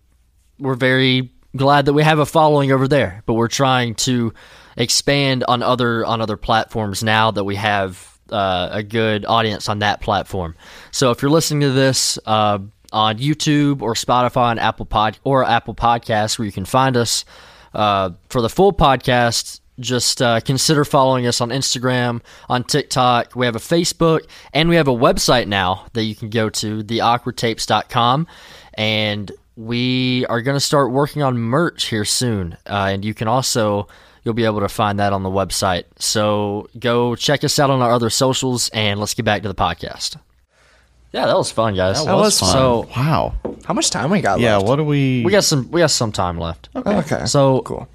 S1: we're very glad that we have a following over there, but we're trying to expand on other on other platforms now that we have uh, a good audience on that platform. So if you're listening to this uh, on YouTube or Spotify and Apple Pod or Apple Podcasts, where you can find us uh, for the full podcast. Just uh, consider following us on Instagram, on TikTok. We have a Facebook, and we have a website now that you can go to, theawkwardtapes.com. And we are going to start working on merch here soon uh, and you can also you'll be able to find that on the website so go check us out on our other socials and let's get back to the podcast yeah that was fun guys
S3: That was fun.
S1: so
S3: wow.
S2: How much time we got
S3: Yeah,
S2: left?
S3: what do we
S1: we got some we got some time left
S2: Yeah. Okay.
S1: so
S2: cool.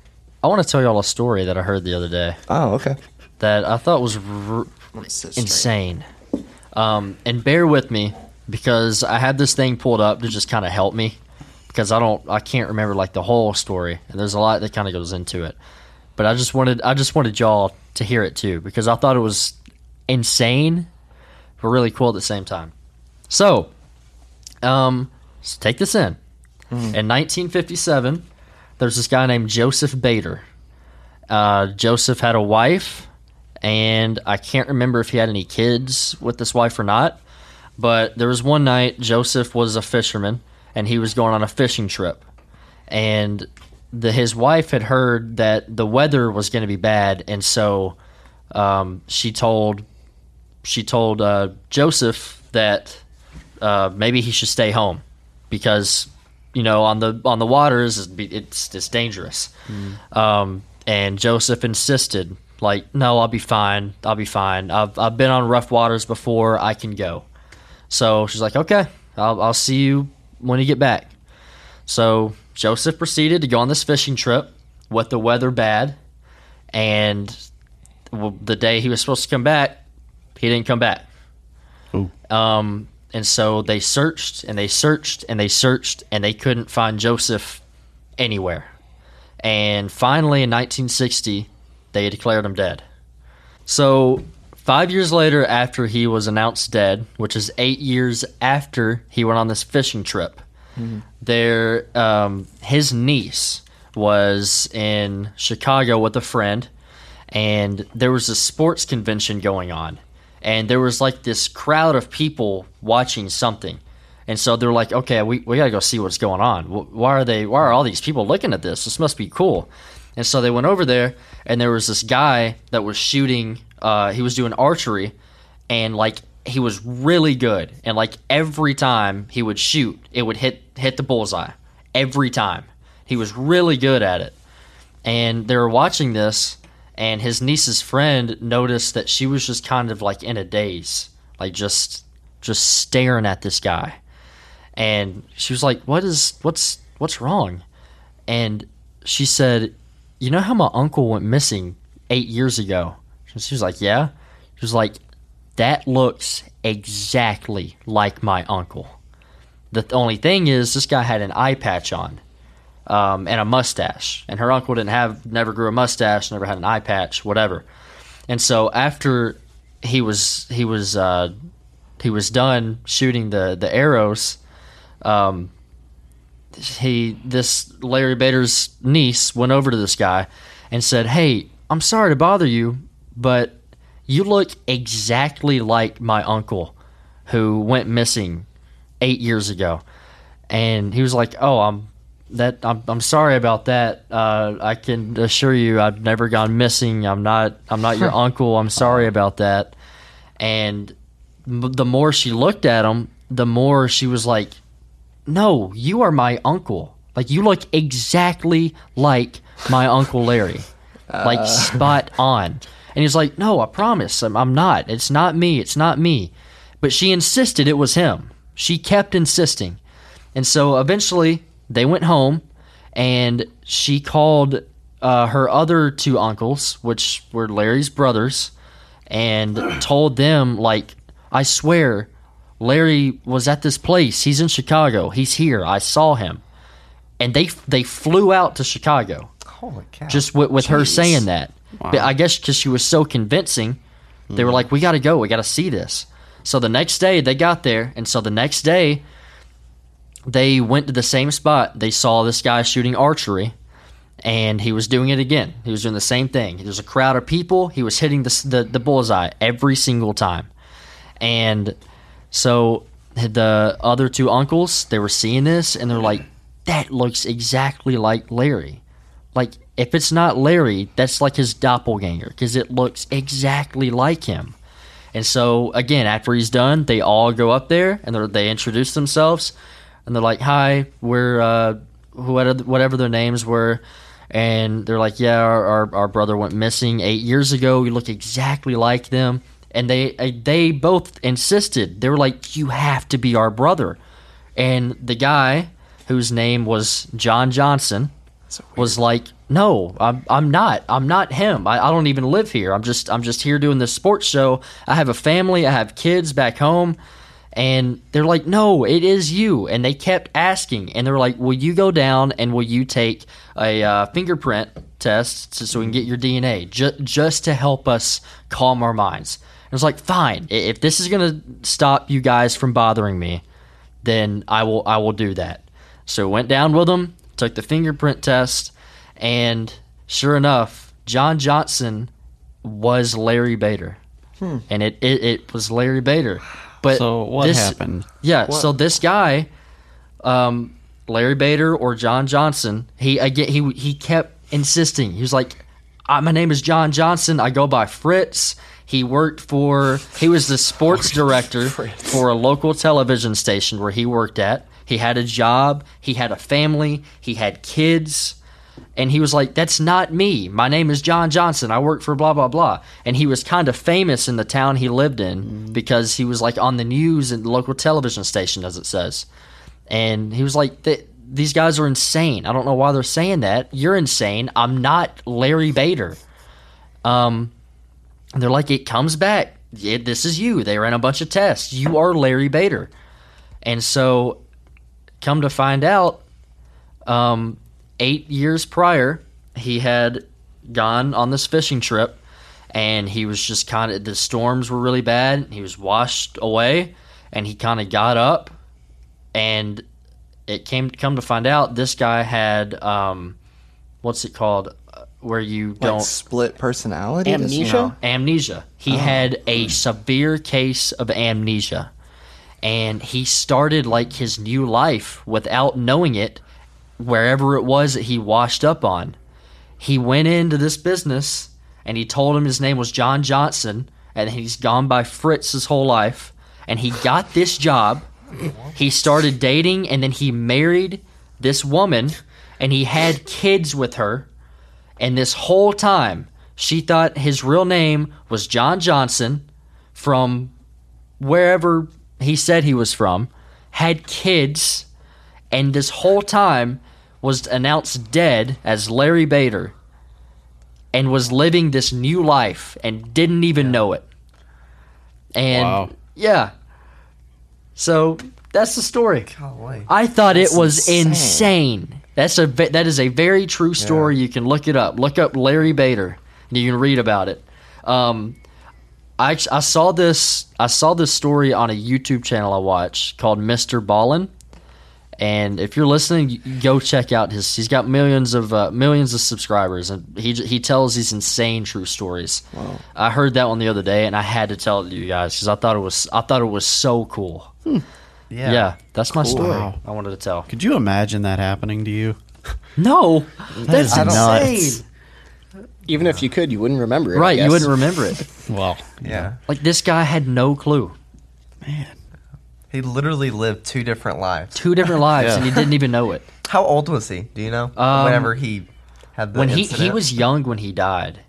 S1: i want to tell y'all a story that i heard the other day
S2: Oh, okay.
S1: that i thought was r- insane um, and bear with me because i had this thing pulled up to just kind of help me because I don't I can't remember like the whole story and there's a lot that kind of goes into it. But I just wanted I just wanted y'all to hear it too because I thought it was insane but really cool at the same time. So, um so take this in. In 1957, there's this guy named Joseph Bader. Uh, Joseph had a wife and I can't remember if he had any kids with this wife or not. But there was one night Joseph was a fisherman and he was going on a fishing trip. And the, his wife had heard that the weather was going to be bad, and so um, she told she told uh, Joseph that uh, maybe he should stay home because you know on the on the waters it's it's, it's dangerous. Um, and Joseph insisted, like, no, I'll be fine. I'll be fine. I've I've been on rough waters before. I can go. So she's like, okay, I'll, I'll see you when you get back. So Joseph proceeded to go on this fishing trip with the weather bad. And w- the day he was supposed to come back, he didn't come back. Um, and so they searched and they searched and they searched and they couldn't find Joseph anywhere. And finally, in 1960, they declared him dead. So, five years later, after he was announced dead, which is eight years after he went on this fishing trip, there, um, his niece was in Chicago with a friend, and there was a sports convention going on, and there was like this crowd of people watching something. And so they're like, okay, we, we gotta go see what's going on. Wh- Why are they? Why are all these people looking at this? This must be cool. And so they went over there, and there was this guy that was shooting. Uh, he was doing archery, and like he was really good. And like every time he would shoot, it would hit hit the bullseye. Every time he was really good at it and they were watching this and his niece's friend noticed that she was just kind of like in a daze like just just staring at this guy and she was like what is what's what's wrong and she said, You know how my uncle went missing eight years ago? And she was like, Yeah. She was like, That looks exactly like my uncle. The th- only thing is, this guy had an eye patch on um, and a mustache. And her uncle didn't have, never grew a mustache, never had an eye patch, whatever. And so after he was, he was, uh, he was done shooting the, the arrows, um, he this Larry Bader's niece went over to this guy and said, "Hey, I'm sorry to bother you, but you look exactly like my uncle who went missing 8 years ago." And he was like, "Oh, I'm that I'm, I'm sorry about that. Uh, I can assure you I've never gone missing. I'm not I'm not your uncle. I'm sorry about that." And m- the more she looked at him, the more she was like, no, you are my uncle. Like you look exactly like my uncle Larry, like spot on. And he's like, no, I promise, I'm, I'm not. It's not me. It's not me. But she insisted it was him. She kept insisting, and so eventually they went home, and she called uh, her other two uncles, which were Larry's brothers, and told them like, I swear Larry was at this place. He's in Chicago. He's here. I saw him, and they they flew out to Chicago
S5: Holy cow.
S1: just with, with her saying that. But I guess because she was so convincing, they were like, "We got to go. We got to see this." So the next day they got there, and so the next day they went to the same spot. They saw this guy shooting archery, and he was doing it again. He was doing the same thing. There's a crowd of people. He was hitting the s- the, the bullseye every single time, and so the other two uncles, they were seeing this and they're like, that looks exactly like Larry. Like, if it's not Larry, that's like his doppelganger because it looks exactly like him. And so, again, after he's done, they all go up there and they're- they introduce themselves and they're like, hi, we're uh, whoever, whatever their names were. And they're like, yeah, our, our, our brother went missing eight years ago. You look exactly like them. And they uh, they both insisted. They were like, you have to be our brother. And the guy whose name was John Johnson was like, "No, I'm I'm not. I'm not him. I, I don't even live here. I'm just I'm just here doing this sports show. I have a family. I have kids back home." And they're like, "No, it is you." And they kept asking, and they're like, "Will you go down and will you take a uh, fingerprint test so, so we can get your DNA ju- just to help us calm our minds?" And I was like, "Fine. I- If this is gonna stop you guys from bothering me, then I will I will do that. So went down with him, took the fingerprint test, and sure enough, John Johnson was Larry Bader, and it, it it was Larry Bader. But
S3: So what
S1: this-
S3: happened?
S1: Yeah, so this guy, um, Larry Bader or John Johnson, he again he he kept insisting. He was like, I, "My name is John Johnson. I go by Fritz." He worked for he was the sports director for a local television station where he worked at. He had a job. He had a family. He had kids. And he was like, That's not me. My name is John Johnson. I work for blah, blah, blah. And he was kind of famous in the town he lived in because he was like on the news and the local television station, as it says. And he was like, "Th- These guys are insane. I don't know why they're saying that. You're insane. I'm not Larry Bader. And they're like, it comes back. It, this is you. They ran a bunch of tests. You are Larry Bader. And so, come to find out, um, eight years prior, he had gone on this fishing trip and he was just kind of, the storms were really bad. He was washed away and he kind of got up and it came come to find out this guy had um, what's it called Uh, where you
S2: Like
S1: don't
S2: split personality. This-
S4: Amnesia?
S1: amnesia. He had a severe case of amnesia. And he started like his new life without knowing it, wherever it was that he washed up on. He went into this business and he told him his name was John Johnson and he's gone by Fritz his whole life. And he got this job. He started dating and then he married this woman and he had kids with her. And this whole time, she thought his real name was John Johnson from wherever he said he was from, had kids, and this whole time was announced dead as Larry Bader and was living this new life and didn't even know it. And
S3: Wow.
S1: yeah. So that's the story.
S5: Golly.
S1: I thought
S5: That's
S1: it was
S5: insane.
S1: insane. That's a ve- that is a very true story. You can look it up. Look up Larry Bader, and you can read about it. Um, I act- I saw this I saw this story on a YouTube channel I watch called Mister Ballin, and if you're listening, you- you go check out his. He's got millions of uh, millions of subscribers, and he j- he tells these insane true stories. I heard that one the other day, and I had to tell it to you guys because I thought it was I thought it was so cool. Yeah, that's my story.
S3: Hmm. Wow.
S1: I wanted to tell.
S3: Could you imagine that happening to you?
S1: No, that's
S3: is nuts.
S1: insane.
S4: Even if you could, you wouldn't remember it. I
S1: Right, you
S4: guess.
S1: wouldn't remember it.
S3: Well,
S5: Yeah.
S1: Like this guy had no clue.
S5: He literally lived two different lives.
S1: Two different lives, and he didn't even know it.
S5: How old was he? Do you know?
S1: Um,
S5: Whenever he had the
S1: When he he
S5: incident.
S1: was young when he died,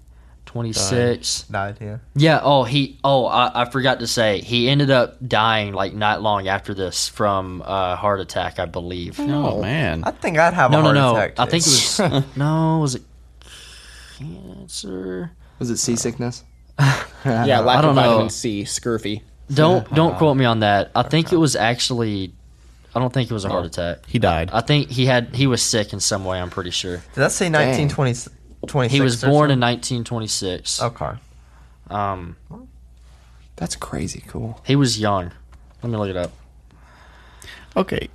S1: twenty six.
S5: died, yeah.
S1: Yeah. Oh, he. Oh, I, I forgot to say he ended up dying like not long after this from a heart attack, I believe. No,
S3: oh man,
S5: I think I'd have a
S1: no, no.
S5: heart attack.
S1: I
S5: too.
S1: think it was. no, was it cancer?
S2: Was it seasickness?
S4: Yeah, lack
S1: I don't
S4: of vitamin
S1: know.
S4: C, scurvy.
S1: Don't don't quote me on that. I think it was actually. I don't think it was a heart attack.
S3: he died.
S1: I think he had he was sick in some way. I'm pretty sure
S5: Did that say 1920?
S1: he was born in 1926.
S5: Okay.
S1: Um,
S2: That's crazy cool.
S1: he was young. Let me look it up.
S3: Okay.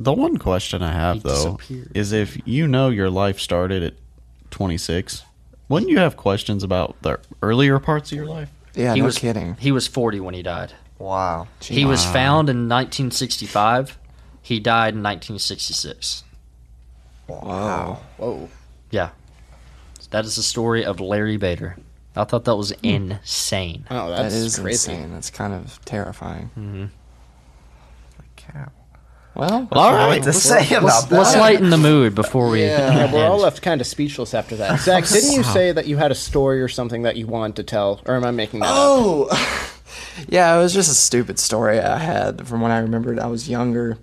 S3: The one question I have though
S1: disappeared.
S3: is if you know your life started at 26, wouldn't you have questions about the earlier parts of your life?
S2: Yeah,
S1: He
S2: no
S1: was
S2: kidding.
S1: He was 40 when he died.
S5: Wow.
S1: He was found in 1965. He died in 1966.
S2: Wow.
S4: Whoa.
S1: Yeah, that is the story of Larry Bader. I thought that was insane.
S4: Oh,
S2: That
S4: that's
S2: is
S4: crazy.
S2: insane. That's kind of terrifying.
S5: Cow.
S2: Well,
S5: All right. To say about that?
S1: Let's lighten the mood before we.
S4: Yeah, Uh, we're all left kind of speechless after that. Zach, didn't you say that you had a story or something that you wanted to tell? Or am I making that up?
S2: Oh, yeah, it was just a stupid story I had from when I remembered I was younger.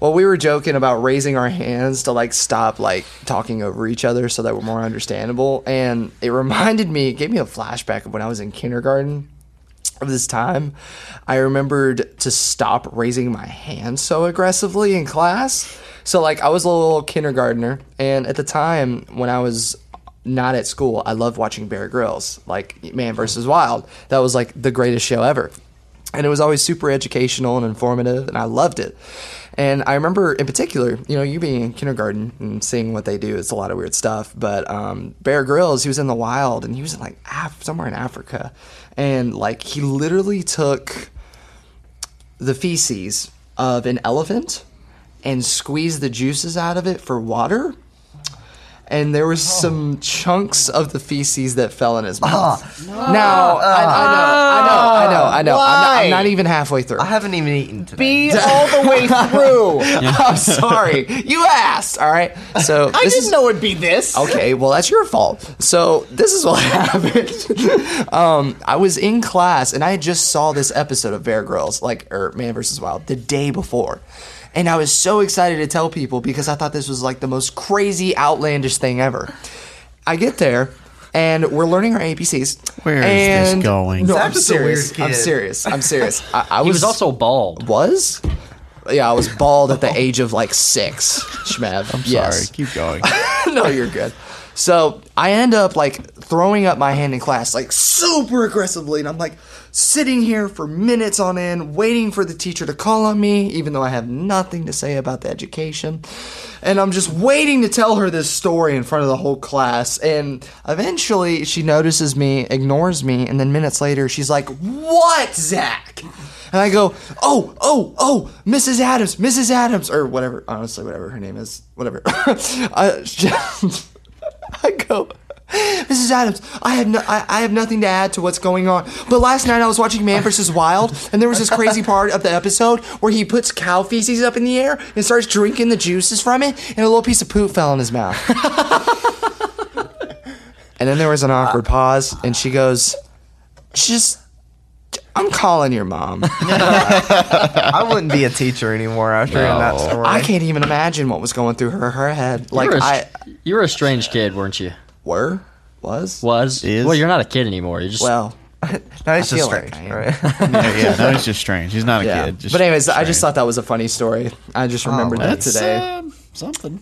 S2: Well, we were joking about raising our hands to like stop like talking over each other so that we're more understandable. And it reminded me, it gave me a flashback of when I was in kindergarten of this time. I remembered to stop raising my hand so aggressively in class. So like I was a little kindergartner, and at the time when I was not at school, I loved watching Bear Grylls, like Man vs. Wild. That was like the greatest show ever. And it was always super educational and informative, and I loved it. And I remember in particular, you know, you being in kindergarten and seeing what they do, it's a lot of weird stuff. But um, Bear Grylls, he was in the wild and he was in like Af- somewhere in Africa. And like he literally took the feces of an elephant and squeezed the juices out of it for water. And there was some chunks of the feces that fell in his mouth. Now, I, I know, I know, I know, I know. I'm not, I'm
S4: Why?
S2: not even halfway through.
S5: I haven't even eaten today.
S4: Be all the way through.
S2: I'm sorry. You asked. All right. So
S4: I
S2: this
S4: didn't
S2: is,
S4: know it'd be this.
S2: Okay, well that's your fault. So this is what happened. um, I was in class and I just saw this episode of Bear Grylls, like or Man vs. Wild, the day before, and I was so excited to tell people because I thought this was like the most crazy, outlandish thing ever. I get there and we're learning our ABCs.
S3: Where is this
S2: and-
S3: going?
S2: No, I'm
S5: Zach's a weird
S2: serious. I'm
S5: kid.
S2: serious. I'm serious. I, I
S1: He was also bald.
S2: was. Yeah, I was bald at the age of like six, Shmev. I'm
S3: Sorry, keep going.
S2: no, you're good. So I end up like throwing up my hand in class, like super aggressively, and I'm like sitting here for minutes on end, waiting for the teacher to call on me, even though I have nothing to say about the education. And I'm just waiting to tell her this story in front of the whole class. And eventually she notices me, ignores me, and then minutes later she's like, What, Zach? And I go, oh, oh, oh, Mrs. Adams, Mrs. Adams, or whatever, honestly, whatever her name is, whatever. I, I go, Mrs. Adams, I have no, I, I have nothing to add to what's going on. But last night I was watching Man vs. Wild, and there was this crazy part of the episode where he puts cow feces up in the air and starts drinking the juices from it, and a little piece of poop fell in his mouth.
S1: Ah.
S2: and then there was an awkward pause, and she goes, she just I'm calling your mom.
S5: I wouldn't be a teacher anymore after hearing that story.
S2: I can't even imagine what was going through her her head. Like
S1: you, were a,
S2: I
S1: str- you were a strange kid, weren't you?
S2: were was
S1: Was
S3: Is.
S1: well, you're not a kid anymore. You're just
S2: well.
S5: Now he's
S2: I
S5: just
S2: feel like
S5: strange.
S2: I
S5: right?
S3: yeah, Uh, yeah, no, he's just strange. He's not a
S2: Yeah.
S3: kid. Just
S2: but anyways, I
S3: strange.
S2: just thought that was a funny story. I just
S1: Oh,
S2: remembered that
S3: that's
S2: today.
S3: um, something.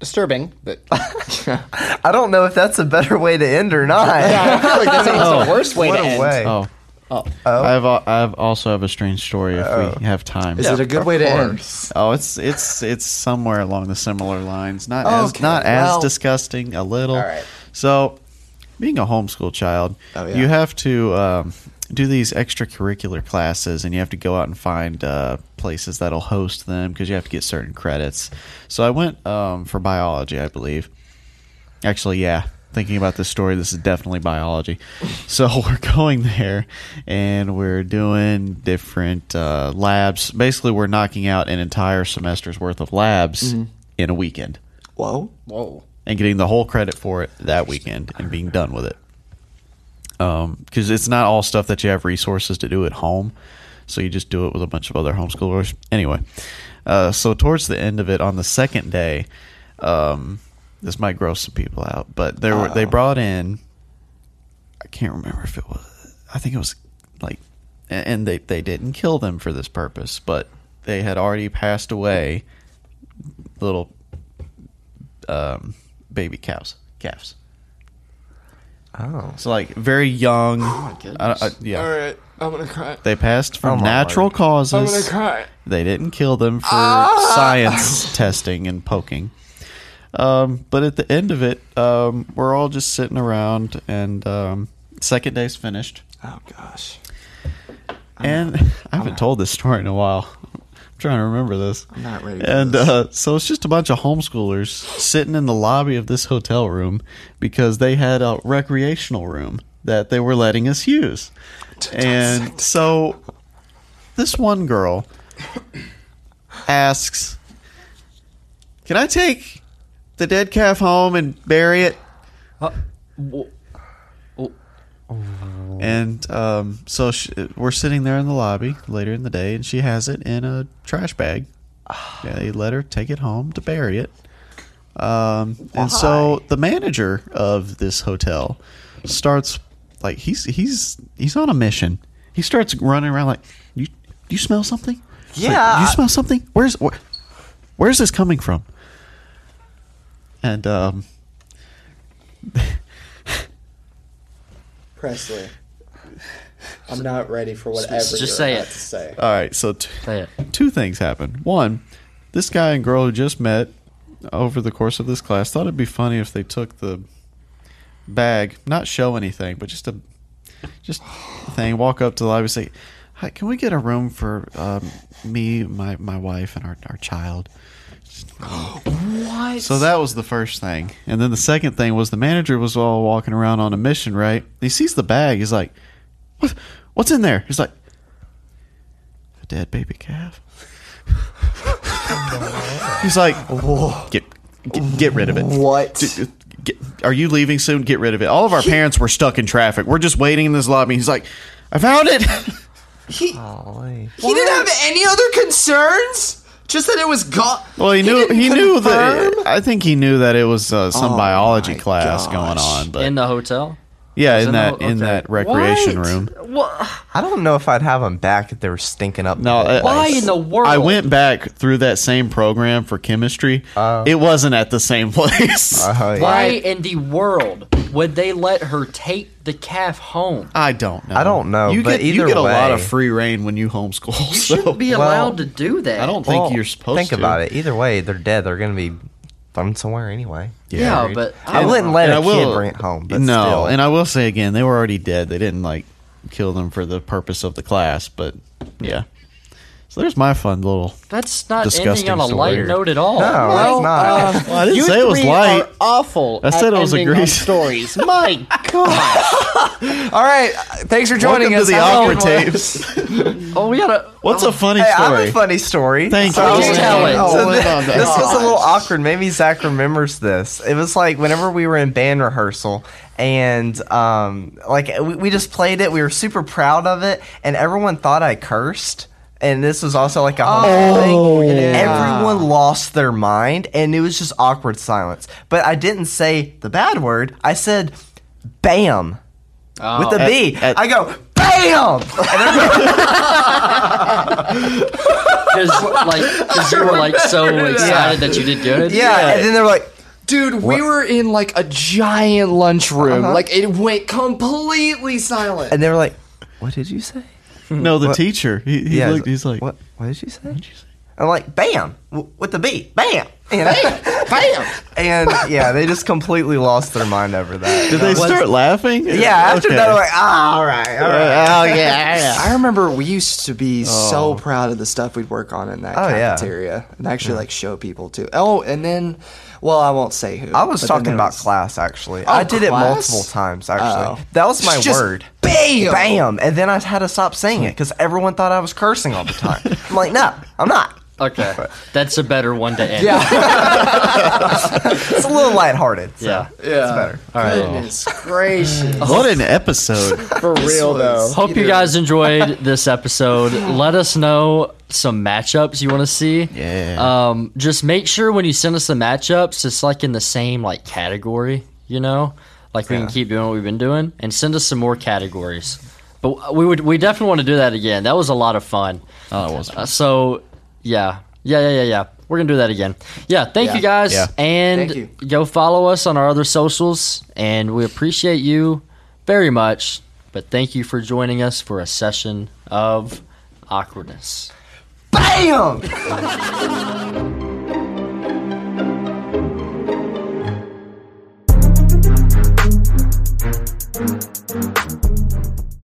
S4: Disturbing, but
S5: I don't know if that's a better way to end or not.
S4: I feel like that's the worst way
S5: what
S4: to
S5: a
S4: end.
S5: way.
S3: Oh, I've al- I've also have a strange story if we have time.
S2: Is it a good way to end?
S3: Oh, it's it's it's somewhere along the similar lines. Not as
S2: Oh, Okay,
S3: not
S2: well-
S3: as disgusting. A little.
S4: All right.
S3: So, being a homeschool child,
S2: Oh, yeah.
S3: you have to um, do these extracurricular classes, and you have to go out and find uh, places that'll host them because you have to get certain credits. So I went um, for biology, I believe. Actually, yeah. Thinking about this story, this is definitely biology. So we're going there, and we're doing different uh, labs. Basically, we're knocking out an entire semester's worth of labs
S2: Mm-hmm.
S3: in a weekend,
S2: Whoa.
S4: Whoa.
S3: and getting the whole credit for it that weekend, and being done with it. Because it's not all stuff that you have resources to do at home, so you just do it with a bunch of other homeschoolers. Anyway, uh, so towards the end of it, on the second day, um, this might gross some people out, but there were, they brought in. I can't remember if it was. I think it was like, a- and they they didn't kill them for this purpose, but they had already passed away. Little um, baby cows, calves.
S5: Oh.
S3: So like very young. I- I- yeah.
S2: right, I'm gonna cry.
S3: They passed from
S5: my
S3: natural
S5: word.
S3: causes.
S2: cry.
S3: They didn't kill them for science testing and poking. Um, but at the end of it, um, we're all just sitting around, and um, second day's finished.
S2: Oh gosh,
S3: and I haven't told this story in a while. I'm trying to remember this. I'm
S2: not ready for
S3: And
S2: this.
S3: Uh, so it's just a bunch of homeschoolers sitting in the lobby of this hotel room because they had a recreational room that they were letting us use. And so this one girl asks, "Can I take the dead calf home and bury it?" And um, so sh we're sitting there in the lobby later in the day, and she has it in a trash bag. They let her take it home to bury it. Um, and so the manager of this hotel starts like he's he's he's on a mission. He starts running around like, "You you smell something? It's like,
S5: Yeah.
S3: you smell something? Where's where, where's this coming from?" And um,
S2: Presley, I'm not ready for whatever
S1: just
S2: you're
S1: say
S2: about
S1: it.
S2: to say.
S3: all right, so t-
S1: say it.
S3: two things happened. One, this guy and girl who just met over the course of this class thought it'd be funny if they took the bag, not show anything, but just a just a thing, walk up to the lobby and say, Hi, can we get a room for um, me, my, my wife, and our, our child? what? So that was the first thing. And then the second thing was the manager was all walking around on a mission, right? He sees the bag. He's like, what, What's in there? He's like, A dead baby calf. He's like, get, get, get rid of it.
S2: What?
S3: D- get, are you leaving soon? Get rid of it. All of our parents were stuck in traffic. We're just waiting in this lobby. He's like, I found it.
S2: Oh. He didn't have any other concerns. Just that it was gone.
S3: Well, he knew. He, knew that. I think he knew that it was uh, some biology class going on. But
S1: In the hotel.
S3: yeah,
S1: was
S3: in
S1: in the
S3: that
S1: ho-
S3: in
S1: okay.
S3: that recreation room.
S5: I don't know if I'd have them back if they were stinking up.
S3: No,
S5: the
S3: I-
S5: whole
S1: Why
S5: place.
S1: in the world?
S3: I went back through that same program for chemistry.
S5: Uh-huh.
S3: it wasn't at the same place.
S5: Oh, yeah.
S1: Why in the world would they let her take the calf home?
S3: I don't know.
S5: I don't know,
S3: You
S5: but
S3: get, you
S5: either
S3: get a lot of
S5: way-
S3: free reign when you homeschool.
S1: You
S3: so-
S1: shouldn't be
S5: well,
S1: allowed to do that.
S3: I don't think
S5: Well,
S3: you're supposed
S5: think
S3: to
S5: about it. Either way, they're dead. They're gonna be thrown somewhere anyway.
S1: Yeah, but
S5: I wouldn't let
S3: And
S5: a
S3: I will-
S5: kid bring it home. But
S3: no,
S5: still.
S3: and I will say again, they were already dead. They didn't like kill them for the purpose of the class, but yeah. So there's my fun little.
S1: That's not ending
S3: Disgusting
S1: on a
S3: story.
S1: light note at all.
S5: No, it's not.
S3: Well, uh, I didn't
S4: You
S3: say it was
S4: three
S3: light.
S4: are awful.
S3: I said
S4: at
S3: it was a
S4: ending on
S3: grease.
S4: stories. My gosh.
S5: All right, thanks for
S3: Welcome
S5: joining
S3: to
S5: us.
S3: the
S5: Have a
S3: awkward
S5: good one.
S3: tapes.
S1: Oh, we gotta.
S3: What's a funny
S5: Hey, I
S3: story?
S5: have a funny story.
S3: Thank
S5: So-
S3: you.
S1: Just tell it.
S5: So
S3: Oh,
S5: thi-
S3: my
S5: this was a little
S3: gosh.
S5: awkward. Maybe Zach remembers this. It was like whenever we were in band rehearsal, and um, like we, we just played it. We were super proud of it, and everyone thought I cursed. And this was also like a
S3: Oh,
S5: whole thing. And Everyone lost their mind, and it was just awkward silence. But I didn't say the bad word. I said, "Bam." With a B. I go, bam!
S1: Because like, 'cause you were like so excited that you did good.
S5: Yeah, and then they're like,
S2: Dude, we were in like a giant lunchroom. Like it went completely silent.
S5: and they were like, what did you say?
S3: No, the teacher. He, he looked. He's like,
S5: what? What did you say? I'm like, bam, w- with the B, bam, you know?
S4: Bam.
S5: and yeah, they just completely lost their mind over that.
S3: Did they start laughing?
S5: yeah, after that, I'm like, ah, all right, all right.
S3: oh yeah.
S2: I remember we used to be so proud of the stuff we'd work on in that
S5: Oh, yeah.
S2: cafeteria and actually like show people too. Oh, and then, well, I won't say who.
S5: I was
S2: but
S5: Oh,
S2: then
S5: talking
S2: there
S5: about
S2: was-
S5: class actually. I did it
S2: class?
S5: multiple times
S2: Oh.
S5: actually. That was my
S2: Just
S5: word.
S2: Bam!
S5: Bam, and then I had to stop saying it because everyone thought I was cursing all the time. I'm like, no, I'm not.
S1: Okay, that's a better one to end.
S2: Yeah.
S5: It's a little lighthearted. So
S1: Yeah.
S5: it's better.
S2: Goodness gracious.
S3: What an episode.
S4: For real though.
S1: Hope you guys enjoyed this episode. Let us know some matchups you want to see.
S3: Yeah.
S1: Um, just make sure when you send us the matchups, it's like in the same like category. You know, like we can keep doing what we've been doing, and send us some more categories. But we would we definitely want to do that again. That was a lot of fun.
S3: Oh, it wasn't.
S1: Uh, so yeah, yeah, yeah, yeah, yeah. We're gonna do that again. Yeah, thank you guys,
S3: Yeah.
S1: and
S2: Thank you.
S1: go follow us on our other socials, and we appreciate you very much. But thank you for joining us for a session of awkwardness.
S5: Bam.